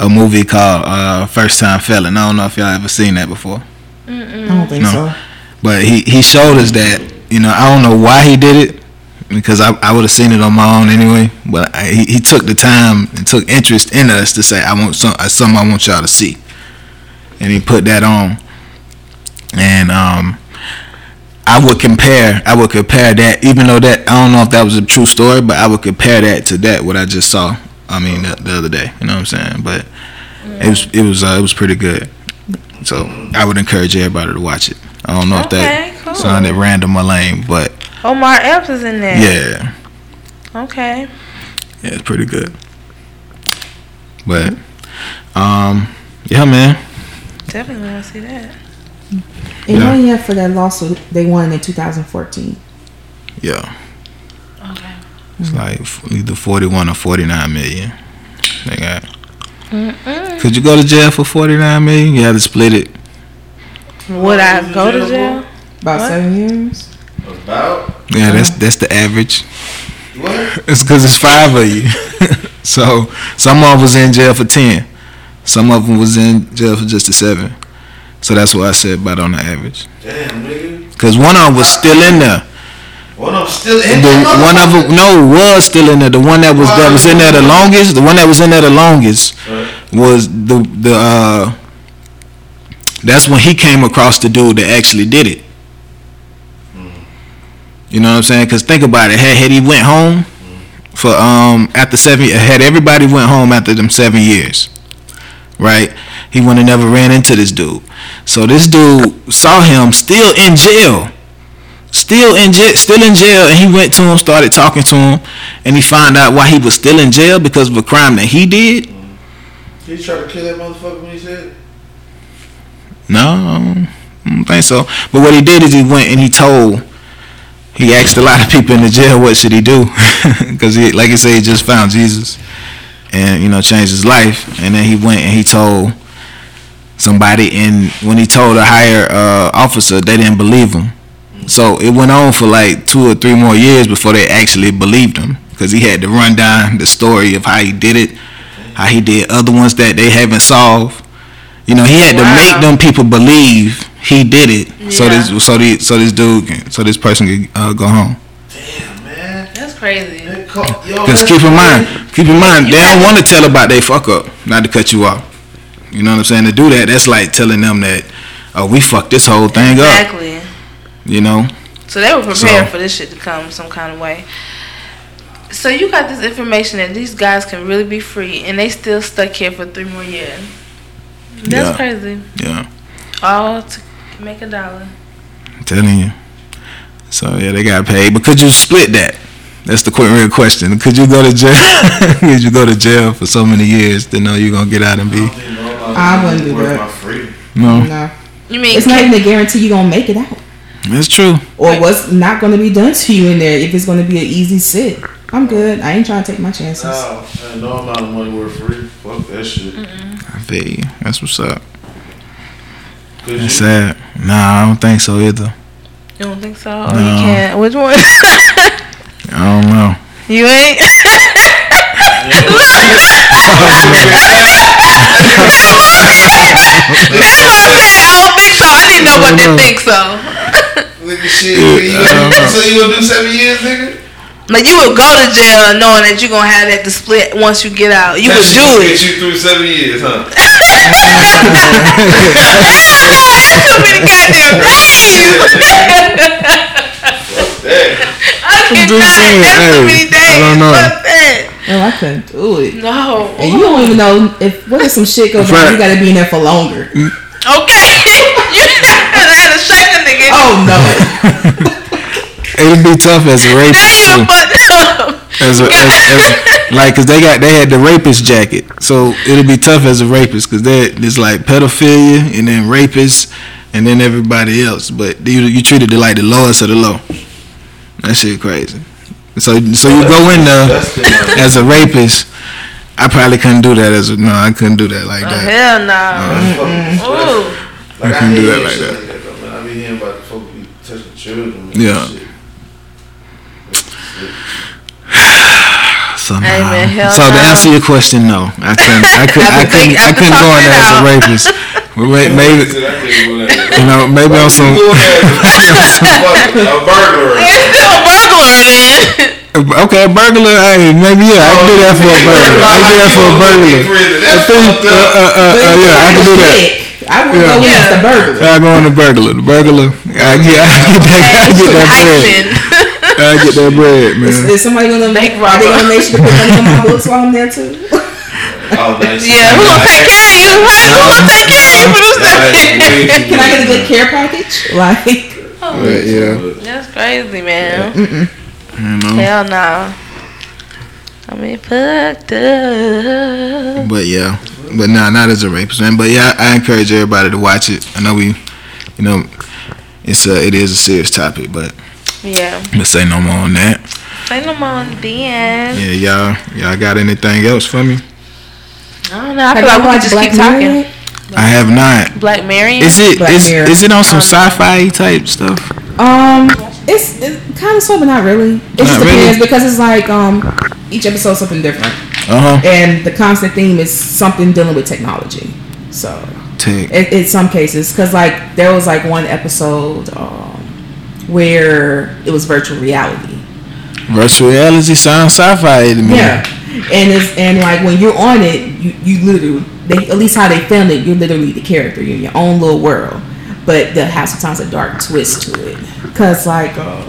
a movie called uh, First Time Felon. I don't know if y'all ever seen that before.
I don't think
No.
so.
But he, he showed us that, you know, I don't know why he did it because I, I would have seen it on my own anyway. But I, he, he took the time and took interest in us to say, I want some, uh, something I want y'all to see. And he put that on. And um, I would compare, I would compare that, even though that, I don't know if that was a true story, but I would compare that to that, what I just saw. I mean, the, the other day, you know what I'm saying? But it was, it was, uh, it was pretty good. So I would encourage everybody to watch it. I don't know if that
Okay, cool.
sounded random or lame, but
Omar Epps is in there.
yeah,
Okay.
yeah, it's pretty good. But um, yeah, man,
Definitely want to see that.
And
Yeah.
what he had for that lawsuit they won in 2014.
yeah,
Okay.
it's like f- either forty-one or forty-nine million. They got. Could you go to jail for forty-nine million? You had to split it.
Would I go to jail?
About
What?
seven years.
About
Yeah, that's that's the average.
what?
It's because it's five of you. so some of them was in jail for ten. Some of them was in jail for just the seven. So that's what I said about on the average.
Damn, nigga.
Cause one of them was still in there.
One of them still in
The
there.
one of them, no, was still in there. The one that was that was in there the longest. The one that was in there the longest was the the. uh That's when he came across the dude that actually did it. You know what I'm saying? Cause think about it. Had had he went home for um after seven, had everybody went home after them seven years, right? He would have never ran into this dude. So this dude saw him still in jail still in jail, still in jail, and he went to him, started talking to him, and he found out why he was still in jail because of a crime that he did.
He tried to kill that motherfucker when he said.
No, I don't think so. But what he did is he went and he told. He asked a lot of people in the jail what should he do, because he, like you say, he just found Jesus, and you know changed his life. And then he went and he told somebody, and when he told a higher uh, officer, they didn't believe him. So it went on for like two or three more years before they actually believed him, because he had to run down the story of how he did it, how he did other ones that they haven't solved. You know, he had
Wow.
to make them people believe he did it, so
Yeah.
this so this so this dude can, so this person can uh, go home.
Damn, man.
That's crazy.
They caught- yo,
Because
Oh, that's
keep in mind,
crazy.
keep in mind, they don't want to tell about they fuck up. Not to cut you off. You know what I'm saying? To do that, that's like telling them that, oh, we fucked this whole thing up.
Exactly.
You know?
So they were prepared
So-
for this shit to come some kind of way. So you got this information that these guys can really be free, and they still stuck here for three more years. That's
Yeah.
crazy.
Yeah,
All to make a dollar.
I'm telling you. So yeah, they got paid. But could you split that? That's the quick real question. Could you go to jail? could you go to jail for so many years to know you're gonna get out and
I
be?
don't think no one
I wouldn't do
worth
that.
my freedom.
No,
No,
You mean
it's not even a guarantee you're gonna make it out,
that's true.
or what's not gonna be done to you in there if it's gonna be an easy sit. I'm good. I ain't trying to take my chances.
Uh,
No, ain't no amount of money worth free. Fuck that shit.
I feel you. That's what's up.
Could you?
That's sad. Nah, I don't think so either.
you don't think so? Or
No.
you can't? Which one?
I don't know.
you ain't.
That's what I'm
so.
Look at shit.
Yeah,
you
I don't know.
so you gonna do seven years, nigga?
Like you would go to jail knowing that you're gonna have that to split once you get out. You
That
would
shit
do
gonna
it.
Get you through seven years, huh?
Too many goddamn days.
Damn.
I cannot.
just saying,
That's too
hey,
many days.
I don't know.
Fuck that.
No, I couldn't do it.
No.
And you don't even know if what if some shit goes
Right.
on. You gotta be in there for longer.
Okay. you had to shake a nigga.
Oh no.
It'd be tough as a
Now
rapist
you
too.
fucked up.
As a, as, as, like, cause they got they had the rapist jacket, so it'd be tough as a rapist, cause they it's like pedophilia and then rapists and then everybody else. But you you treated it like the lowest of the low. That shit crazy. So so you go in there
That's the one.
as a rapist. I probably couldn't do that as a, no, I couldn't do that like
Oh,
that.
hell no.
That's fucking stressful.
Ooh.
Like,
I can do
hate
that like
shit
that.
though, man. I be hearing about the folk be touching children. and
Yeah.
shit.
Somehow.
Amen. Hell
so to
no.
answer your question, no, I couldn't. I, could,
I
I,
have to
couldn't.
think- I
I
have to
couldn't go
talk
in
it
there as a
out.
rapist. Well, wait,
I
maybe
said, I can't do that.
you know. Maybe on some.
Who has a fucking- a burglar.
It's still a burglar then.
Okay, a burglar. Hey, maybe yeah, I can do that for a burglar. I can do that for a burglar. I think, uh, uh, uh, uh, yeah, I can do that.
I would go in as the burglar.
I go on the burglar. The burglar. I, yeah, I get that. I get that bread.
Hyphen.
I get that bread,
Is,
man.
is somebody gonna make
Bank
are they gonna
robber.
make sure to put money on my books while I'm there too?
Oh, nice.
Yeah, who gonna take care of you? Right? Who gonna take care of you for this
Nice.
thing?
Can I get a good care package? Like
But, yeah,
Oh, That's crazy, man.
you know.
Hell no. I mean, fucked up.
But yeah, but nah, not as a rapist, man. But yeah, I, I encourage everybody to watch it. I know we, you know, it's a, it is a serious topic, but
Yeah.
let's say no more on that.
Ain't no more on the end.
Yeah, y'all, y'all got anything else for me?
I don't know.
have
I feel
you
like we could
watched
just
Black
keep talking.
Mirror?
I have not.
Black Marion.
Is it
Black
is,
Mirror.
is it on some sci-fi type stuff?
Um, it's, it's kind of so, but not really. It just
Not really?
depends because it's like um, each episode's something different,
Uh huh.
and the constant theme is something dealing with technology. So,
Tech.
in, in some cases, because like there was like one episode um, where it was virtual reality.
Virtual reality sounds sci-fi to me.
Yeah, and it's and like when you're on it, you you literally they, at least how they filmed it, you're literally the character. You're in your own little world, but that has sometimes a dark twist to it. Cause like uh,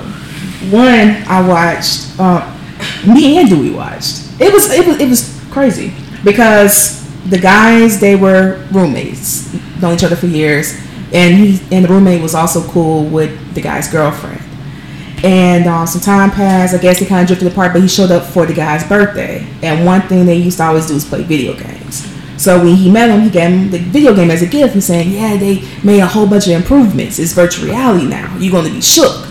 one I watched, uh, me and Dewey watched. It was it was it was crazy because the guys they were roommates, known each other for years, and he and the roommate was also cool with the guy's girlfriend. And um, some time passed. I guess they kind of drifted apart, but he showed up for the guy's birthday. And one thing they used to always do is play video games. So when he met him, he gave him the video game as a gift. He's saying, "Yeah, they made a whole bunch of improvements. It's virtual reality now. You're going to be shook."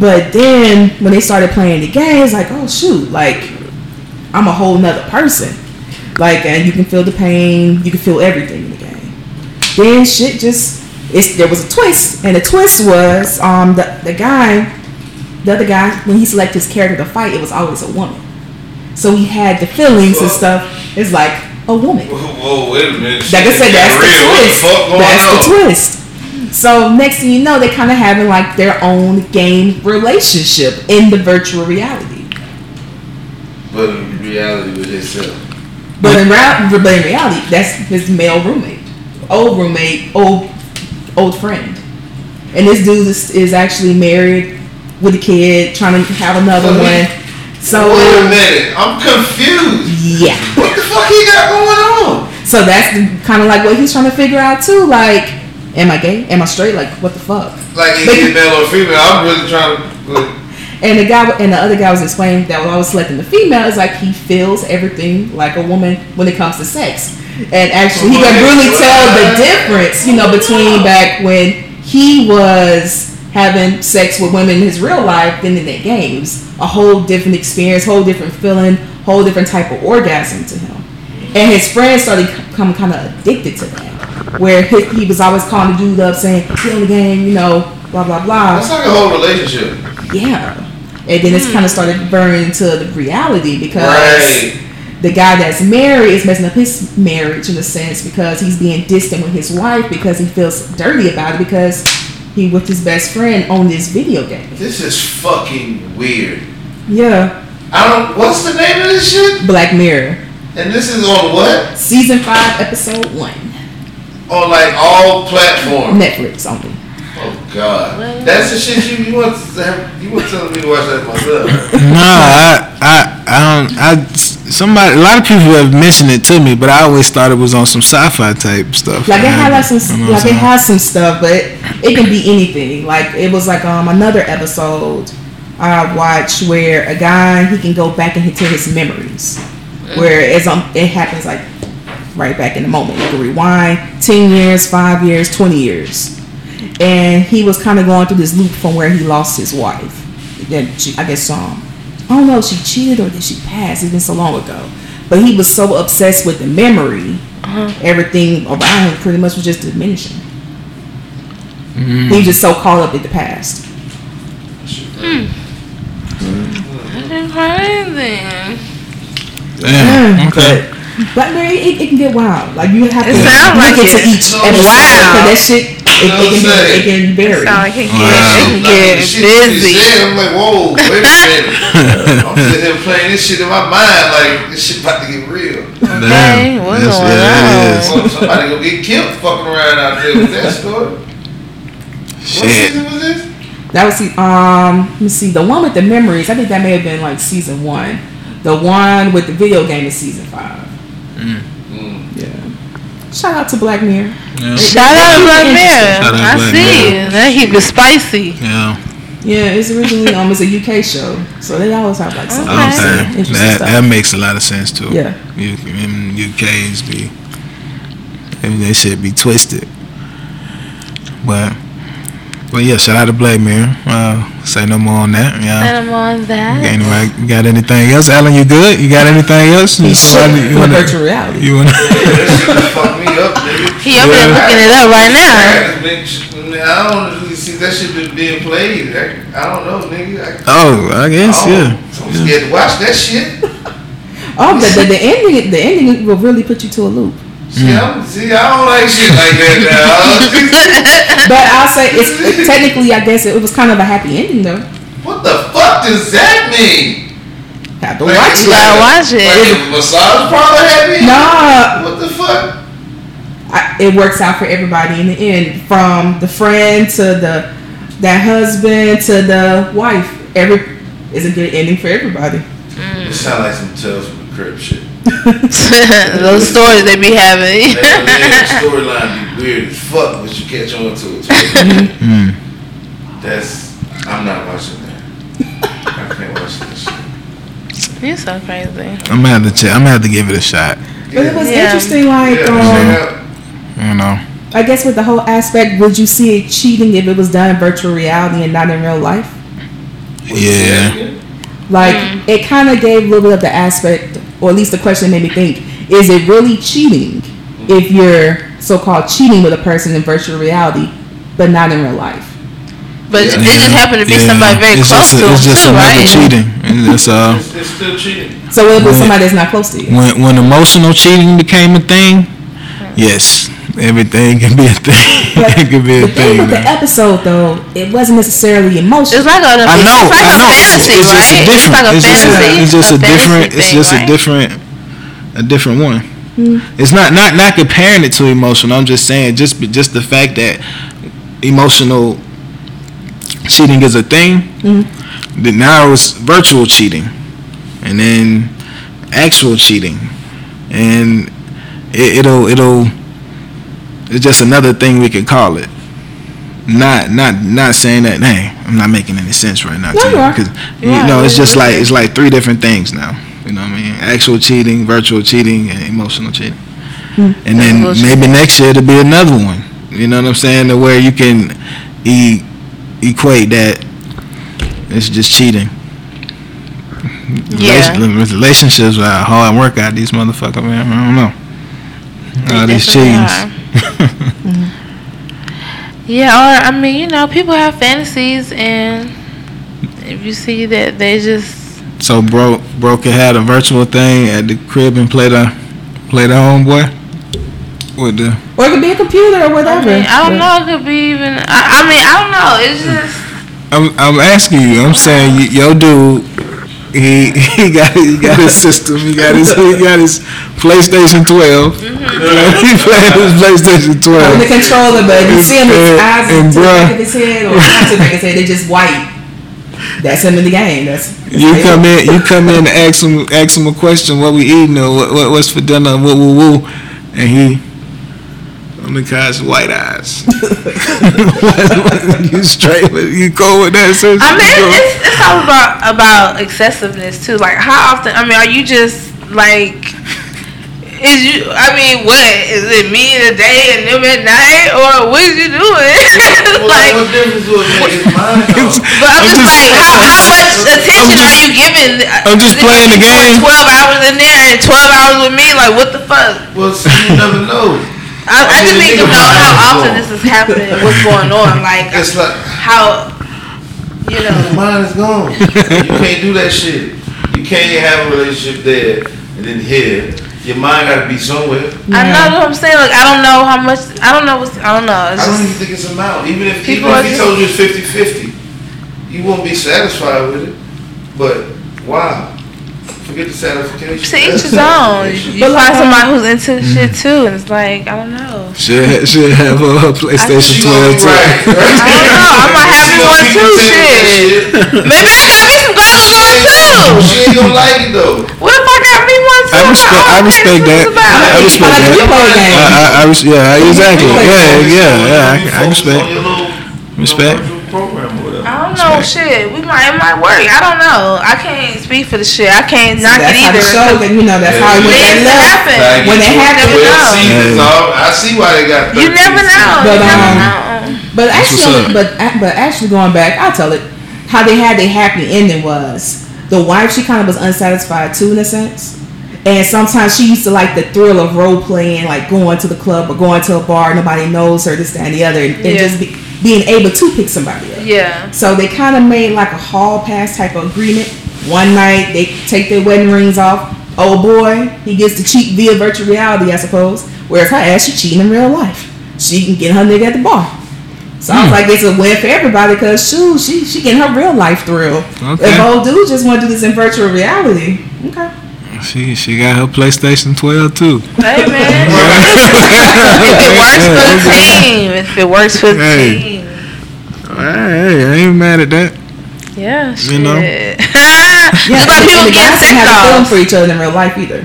But then when they started playing the game, it's like, "Oh shoot! Like I'm a whole nother person. Like and you can feel the pain. You can feel everything in the game." Then shit just it's there was a twist, and the twist was um the the guy the other guy, when he selected his character to fight, it was always a woman. So he had the feelings and stuff. It's like a woman.
Whoa, whoa, wait a minute.
Like I said, that's the
real.
twist.
What the fuck going
That's
on?
the twist. So next thing you know, they kind of having like their own game relationship in the virtual reality.
But in reality, with itself.
But in, ra- but in reality, that's his male roommate, old roommate, old old friend. And this dude is, is actually married with a kid, trying to have another
So he-
one. So uh,
wait a minute. I'm confused.
yeah.
What the fuck he got going on?
So that's kind of like what he's trying to figure out too. Like, am I gay? Am I straight? Like, what the fuck?
Like,
But-
either male or female. I'm really trying to. Like,
And the guy and the other guy was explaining that when I was selecting the female, it's like he feels everything like a woman when it comes to sex. And actually, he can really tell the difference, you know, between back when he was having sex with women in his real life than in the games. A whole different experience, whole different feeling, whole different type of orgasm to him. And his friends started becoming kind of addicted to that, where he, he was always calling the dude up saying, "Get in the game," you know, blah blah blah.
that's like a whole relationship.
Yeah. And then it's kind of started burning to the reality because
Right.
the guy that's married is messing up his marriage in a sense because he's being distant with his wife because he feels dirty about it because he with his best friend on this video game.
This is fucking weird.
Yeah,
I don't. What's the name of this shit?
Black Mirror
And this is on what?
season five episode one
On like all platforms.
Netflix only.
Oh God, that's the shit you, you want to have, you want telling me to watch that myself.
No, I, I, I don't. I somebody. A lot of people have mentioned it to me, but I always thought it was on some sci-fi type stuff.
Like it
man.
had like some
You know what
like
I'm
it
saying?
has some stuff, but it can be anything. Like it was like um another episode I watched where a guy he can go back into his memories, where it's um it happens like right back in the moment. You can rewind ten years, five years, twenty years, and he was kind of going through this loop from where he lost his wife. Then she, I guess um I don't know if she cheated or did she pass? It's been so long ago, but he was so obsessed with the memory everything around him pretty much was just diminishing.
Mm.
He was just so caught up in the past.
Crazy.
Mm,
Damn. Okay.
Black Mary, it, it can get wild. Like you have to
It sound
look
like
into
it.
each
No,
episode
wow.
because that shit it, it can be, it can vary.
Sound like it can
Wow.
get, it can
Like,
get
the shit you
busy.
said, I'm like, whoa, wait a minute. I'm sitting here playing this shit in my mind, like this shit about to get real.
Okay, what's
That's-
going
yeah, it is.
Well, somebody gonna get killed fucking around out there with that story. What
Shit.
season was this?
That was the um. Let me see the one with the memories. I think that may have been like season one. The one with the video game is season five.
Mm.
Yeah. Shout out to Black Mirror.
Shout out to Black Mirror.
Shout out
I
Black
see.
Mirror.
That he was spicy.
Yeah.
Yeah, it's originally um it's a UK show, so they always have like some
Okay.
Okay.
interesting
That,
stuff.
that makes a lot of sense too.
Yeah.
U- in UK's be maybe they should be twisted. But but yeah, shout out to Black Mirror. Uh, say no more on that. Yeah.
And I'm on that.
Anyway, you got anything else, Alan? You good? You got anything else? You,
He shook
wanna- you
from
wanna-
virtual reality.
you wanna?
That shit done fucked me up, nigga.
He over there looking it up right now.
That bitch, I don't really see that shit been being played. I, I don't know, nigga. I,
Oh, I guess
I don't-
yeah.
I'm scared to watch that shit.
Oh, the, the, the ending, the ending will really put you to a loop.
See, I'm, see, I don't like shit like that
But I'll say it's technically, I guess it, was kind of a happy ending though.
now. what the fuck does that mean?
Have to watch
it's
it.
gotta watch it.
Like a massage parlor happy?
Nah,
What the fuck?
I, it works out for everybody in the end, from the friend to the that husband to the wife. Every is a good ending for everybody.
Mm.
It sound like some tales from the crib shit.
Those stories they be having.
Man, man, the storyline be weird as fuck, but you catch on to it. too.
Mm.
That's I'm not watching that. I can't watch this shit.
You're so crazy.
I'm gonna have to check. I'm gonna have to give it a shot.
But it was
Yeah.
interesting, like um,
Yeah,
You know.
I guess with the whole aspect, would you see it cheating if it was done in virtual reality and not in real life?
Yeah.
Like
Mm.
it kind of gave a little bit of the aspect, or at least the question made me think: Is it really cheating if you're so-called cheating with a person in virtual reality, but not in real life?
But
Yeah.
it just happened to be
Yeah.
somebody very
It's
close
just a-
to him
It's just
too,
another
right?
cheating. And That's all.
It's, it's still cheating.
So it was
Yeah.
somebody that's not close to you.
When when emotional cheating became a thing, yes, everything can be a thing.
But
it can be a
the thing
thing.
with the
now.
episode, though, it wasn't necessarily emotional.
It's like a,
I know,
it's like a
I know. It's,
fantasy,
it's just
right?
a
It's like
different.
a
It's, just
fantasy.
a, it's just a,
fantasy
different. It's
thing,
just
right? Mm.
a different. A different one. It's not not not comparing it to emotional. I'm just saying just be- just the fact that emotional cheating is a thing.
Mm.
Then now it's virtual cheating, and then actual cheating, and it, it'll it'll it's just another thing we could call it. Not not not saying that. Hey, I'm not making any sense right now.
No,
to
you are.
Cause,
You are.
you know, it's just
You're
like it's like three different things now. You know what I mean? Actual cheating, virtual cheating, and emotional cheating.
Hmm.
And then
Emotional
maybe next year it'll be another one. You know what I'm saying? To where you can e- equate that it's just cheating.
Yeah.
Rela- relationships are hard work out these motherfuckers, man. I don't know. All these
definitely
cheatings.
Yeah, or I mean, you know, people have fantasies, and if you see that they just
So bro, bro could have a virtual thing at the crib and play the play the homeboy. What the?
Or it could be a computer or
I
whatever.
mean, I don't know. It could be even. I, I mean, I don't know. It's just
I'm, I'm asking you. I'm saying y- yo, dude. He he got he got his system. He got his he got his PlayStation 12.
Mm-hmm.
he playing his
On
PlayStation
the
12.
controller, but you see him, his
And-
eyes
and
and to the
bruh.
back of his head or not to the back of his head, they just white. That's him in the game. That's, that's
You
how he-
come in. You come in and ask him ask him a question. What we eating? Or what, what what's for dinner? Woo woo woo. And he on the couch, white eyes. you straight? with You go with that? System,
I mean, it's, it's, it's all about about excessiveness too. Like how often? I mean, are you just like? Is you? I mean, what is it? Me in the day and them at night, or what is you doing?
Well,
like,
what difference would it make? It's mine. though.
but I'm,
I'm
just,
just-
like, how, how much attention
just-
are you giving? uh,
I'm just
Is it
playing the
doing
game.
Twelve hours in there and twelve hours with me. Like, what the fuck?
Well, see, you never know.
I, I just
mean,
need to
think
know
about how
how
it's
often
going.
this is happening. What's going on? Like,
It's like
how? You know.
mine is gone. You can't do that shit. You can't have a relationship there and then here. Your mind got to be somewhere.
I
Yeah.
know what I'm saying. Like I don't know how much. I don't know what's. I don't know.
I
It's
don't
just,
even think it's a amount. Even if
People
even
are
if he
just-
told you it's 50 50, you won't be satisfied with it. But wow. Forget the satisfaction.
to each
That's
his own.
satisfaction.
You find somebody who's into
Mm.
shit too, and it's like I don't know.
should should have a PlayStation
She
12
gonna be
too.
right.
I don't know. I might have
She
one
gonna be
too. Shit.
content with that shit.
Maybe I got me some Golden Girls
She
too.
ain't gonna like it though.
What if I got me one too?
I respect. I respect that. I respect
I like
that.
the video
I,
game.
I, I res- yeah, exactly. Yeah, yeah, yeah. I, I respect. Respect.
I don't know shit. We might it might work. I don't know. I can't speak for the shit. I can't knock
that's
it
how the
either.
show that you know that's how
Yeah.
it went
Things
that left.
happen.
When it happened,
no.
I see why they got. 13
You never
seasons.
know.
But,
you never
um,
know.
But
That's what's
actually,
up.
but a- but actually going back, I'll tell it how they had their happy ending was the wife. She kind of was unsatisfied too, in a sense. And sometimes she used to like the thrill of role playing, like going to the club or going to a bar. Nobody knows her, this, that, and the other, and, and
Yeah.
just be, being able to pick somebody up.
Yeah.
So they kind of made like a hall pass type of agreement. One night they take their wedding rings off. Oh boy, he gets to cheat via virtual reality, I suppose. Whereas her ass, she cheating in real life. She can get her nigga at the bar. So I was like, it's a win for everybody because shoot, she she getting her real life thrill.
Okay.
If old dude just want to do this in virtual reality, okay.
She she got her PlayStation 12 too.
Hey man. if it works for the team. If it works for the
Hey.
team.
Hey, I ain't mad at that.
Yeah, shit.
You know?
Just like
and
people
the
get
guys
sick
didn't have a feeling
off.
for each other in real life either.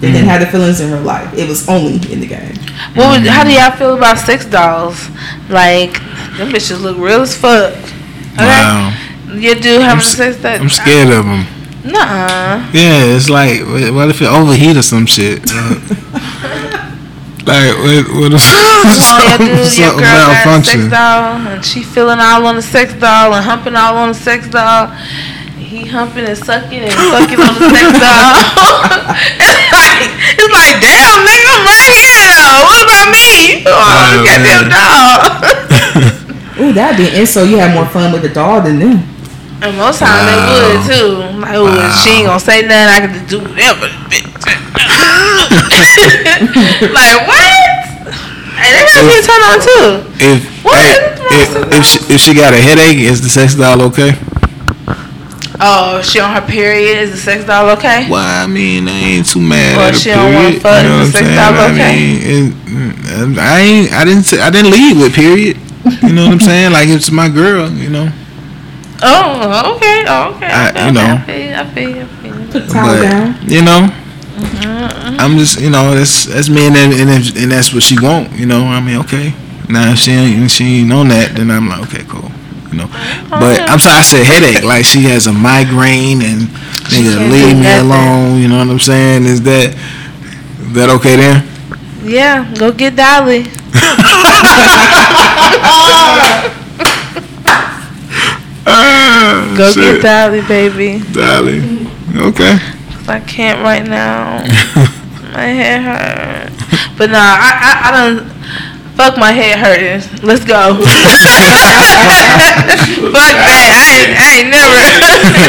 They didn't have the feelings in real life. It was only in the game.
What would, how do y'all feel about sex dolls? Like, them bitches look real as fuck. Okay?
Wow,
Your dude having
I'm, s-
sex that?
I'm scared of them.
Nuh-uh.
Yeah, it's like wh- what if it overheat or some shit? Uh, like what what if
Come on, your Oh, dude, your girl
something
got a sex
malfunction?
doll, and she feeling all on the sex doll and humping all on the sex doll. He humping and sucking and sucking on the sex doll. it's like, it's like, damn, nigga, I'm right here though. What about me? Oh,
Oh,
look at them
man.
doll.
Ooh, that'd be and so you had more fun with the doll than them.
And most times they
Wow.
would too. Like, oh, she ain't gonna say nothing. I can just do whatever, bitch. like what? And they might be turned on too.
If
What?
hey, if if she, if she got a headache, is the sex doll okay?
Oh, she on her period. Is the sex doll okay?
Well, I mean, I ain't too mad
Well,
at a
she don't wanna
period.
fuck,
you know what
the
I'm
sex doll
saying? I
okay?
mean, it, mm, I ain't, I didn't, say- I didn't leave with period. You know what I'm saying? Like it's my girl. You know,
Oh, okay. Oh, okay.
I-
okay,
you know.
okay, I feel. you, I feel. you, I feel. you.
Put the towel down.
you know,
Mm-hmm.
I'm just, you know, that's that's me, and that- and, if, and that's what she want. You know, I mean, okay. Now if she ain't if she ain't on that, then I'm like, okay, cool. You know,
Oh,
but I'm sorry, I said headache. Like she has a migraine and nigga,
can't
leave
do
me
nothing.
alone. You know what I'm saying? Is that that okay then?
Yeah, go get Dolly.
Ah,
Go
shit.
get Dolly, baby.
Dolly. Okay.
'Cause I can't right now. my head hurt. But nah, I I, I don't. Fuck my head hurting. Let's go. Fuck that. I ain't, I ain't never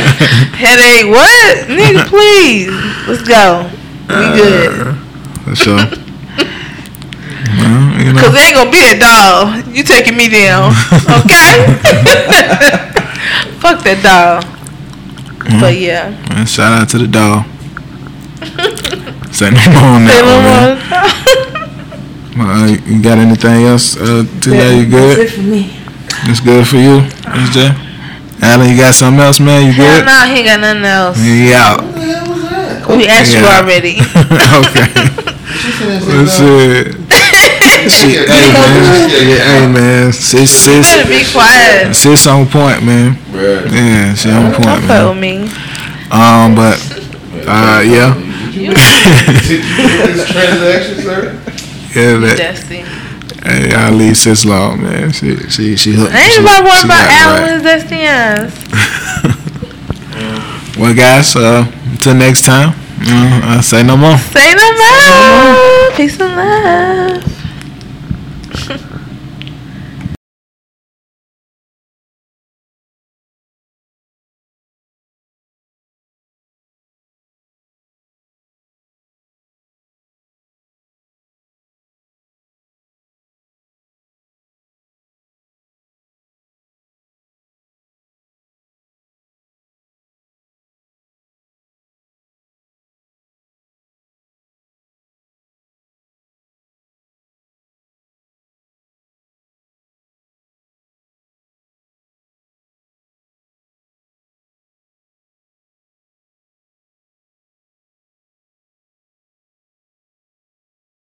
headache. What, nigga? Please, let's go. We good.
For sure. know, you
Cause
know.
they ain't gonna be that dog. You taking me down, okay? Fuck that dog.
Mm-hmm.
But yeah,
Man, shout out to the dog. Say no more on
Say no
that.
more dog.
one, man. Uh, you got anything else? Uh, today you good?
That's it for me.
It's good for you, SJ. Allen, you got something else, man? You
Hell
good?
no, he ain't got nothing else.
Yeah.
What the hell was that?
We asked you
Yeah.
already.
okay.
She finna sit
That's
down.
it. Shit,
Yeah,
hey
yeah,
man,
yeah, yeah.
hey man, sis,
You
sis,
better be quiet.
sis on point, man.
Bruh.
Yeah, she on
Don't
point,
fuck
man.
with me.
Um, but uh, yeah,
Did you make this transaction, sir?
yeah, that.
Dusty.
Hey, I leave sis alone, man. She, she, she hooked.
Ain't
she-
nobody worried
she
about
got it
Alan and Dusty eyes.
right. Well, guys, uh, until next time, uh, I say no more.
Say no more. Peace and love.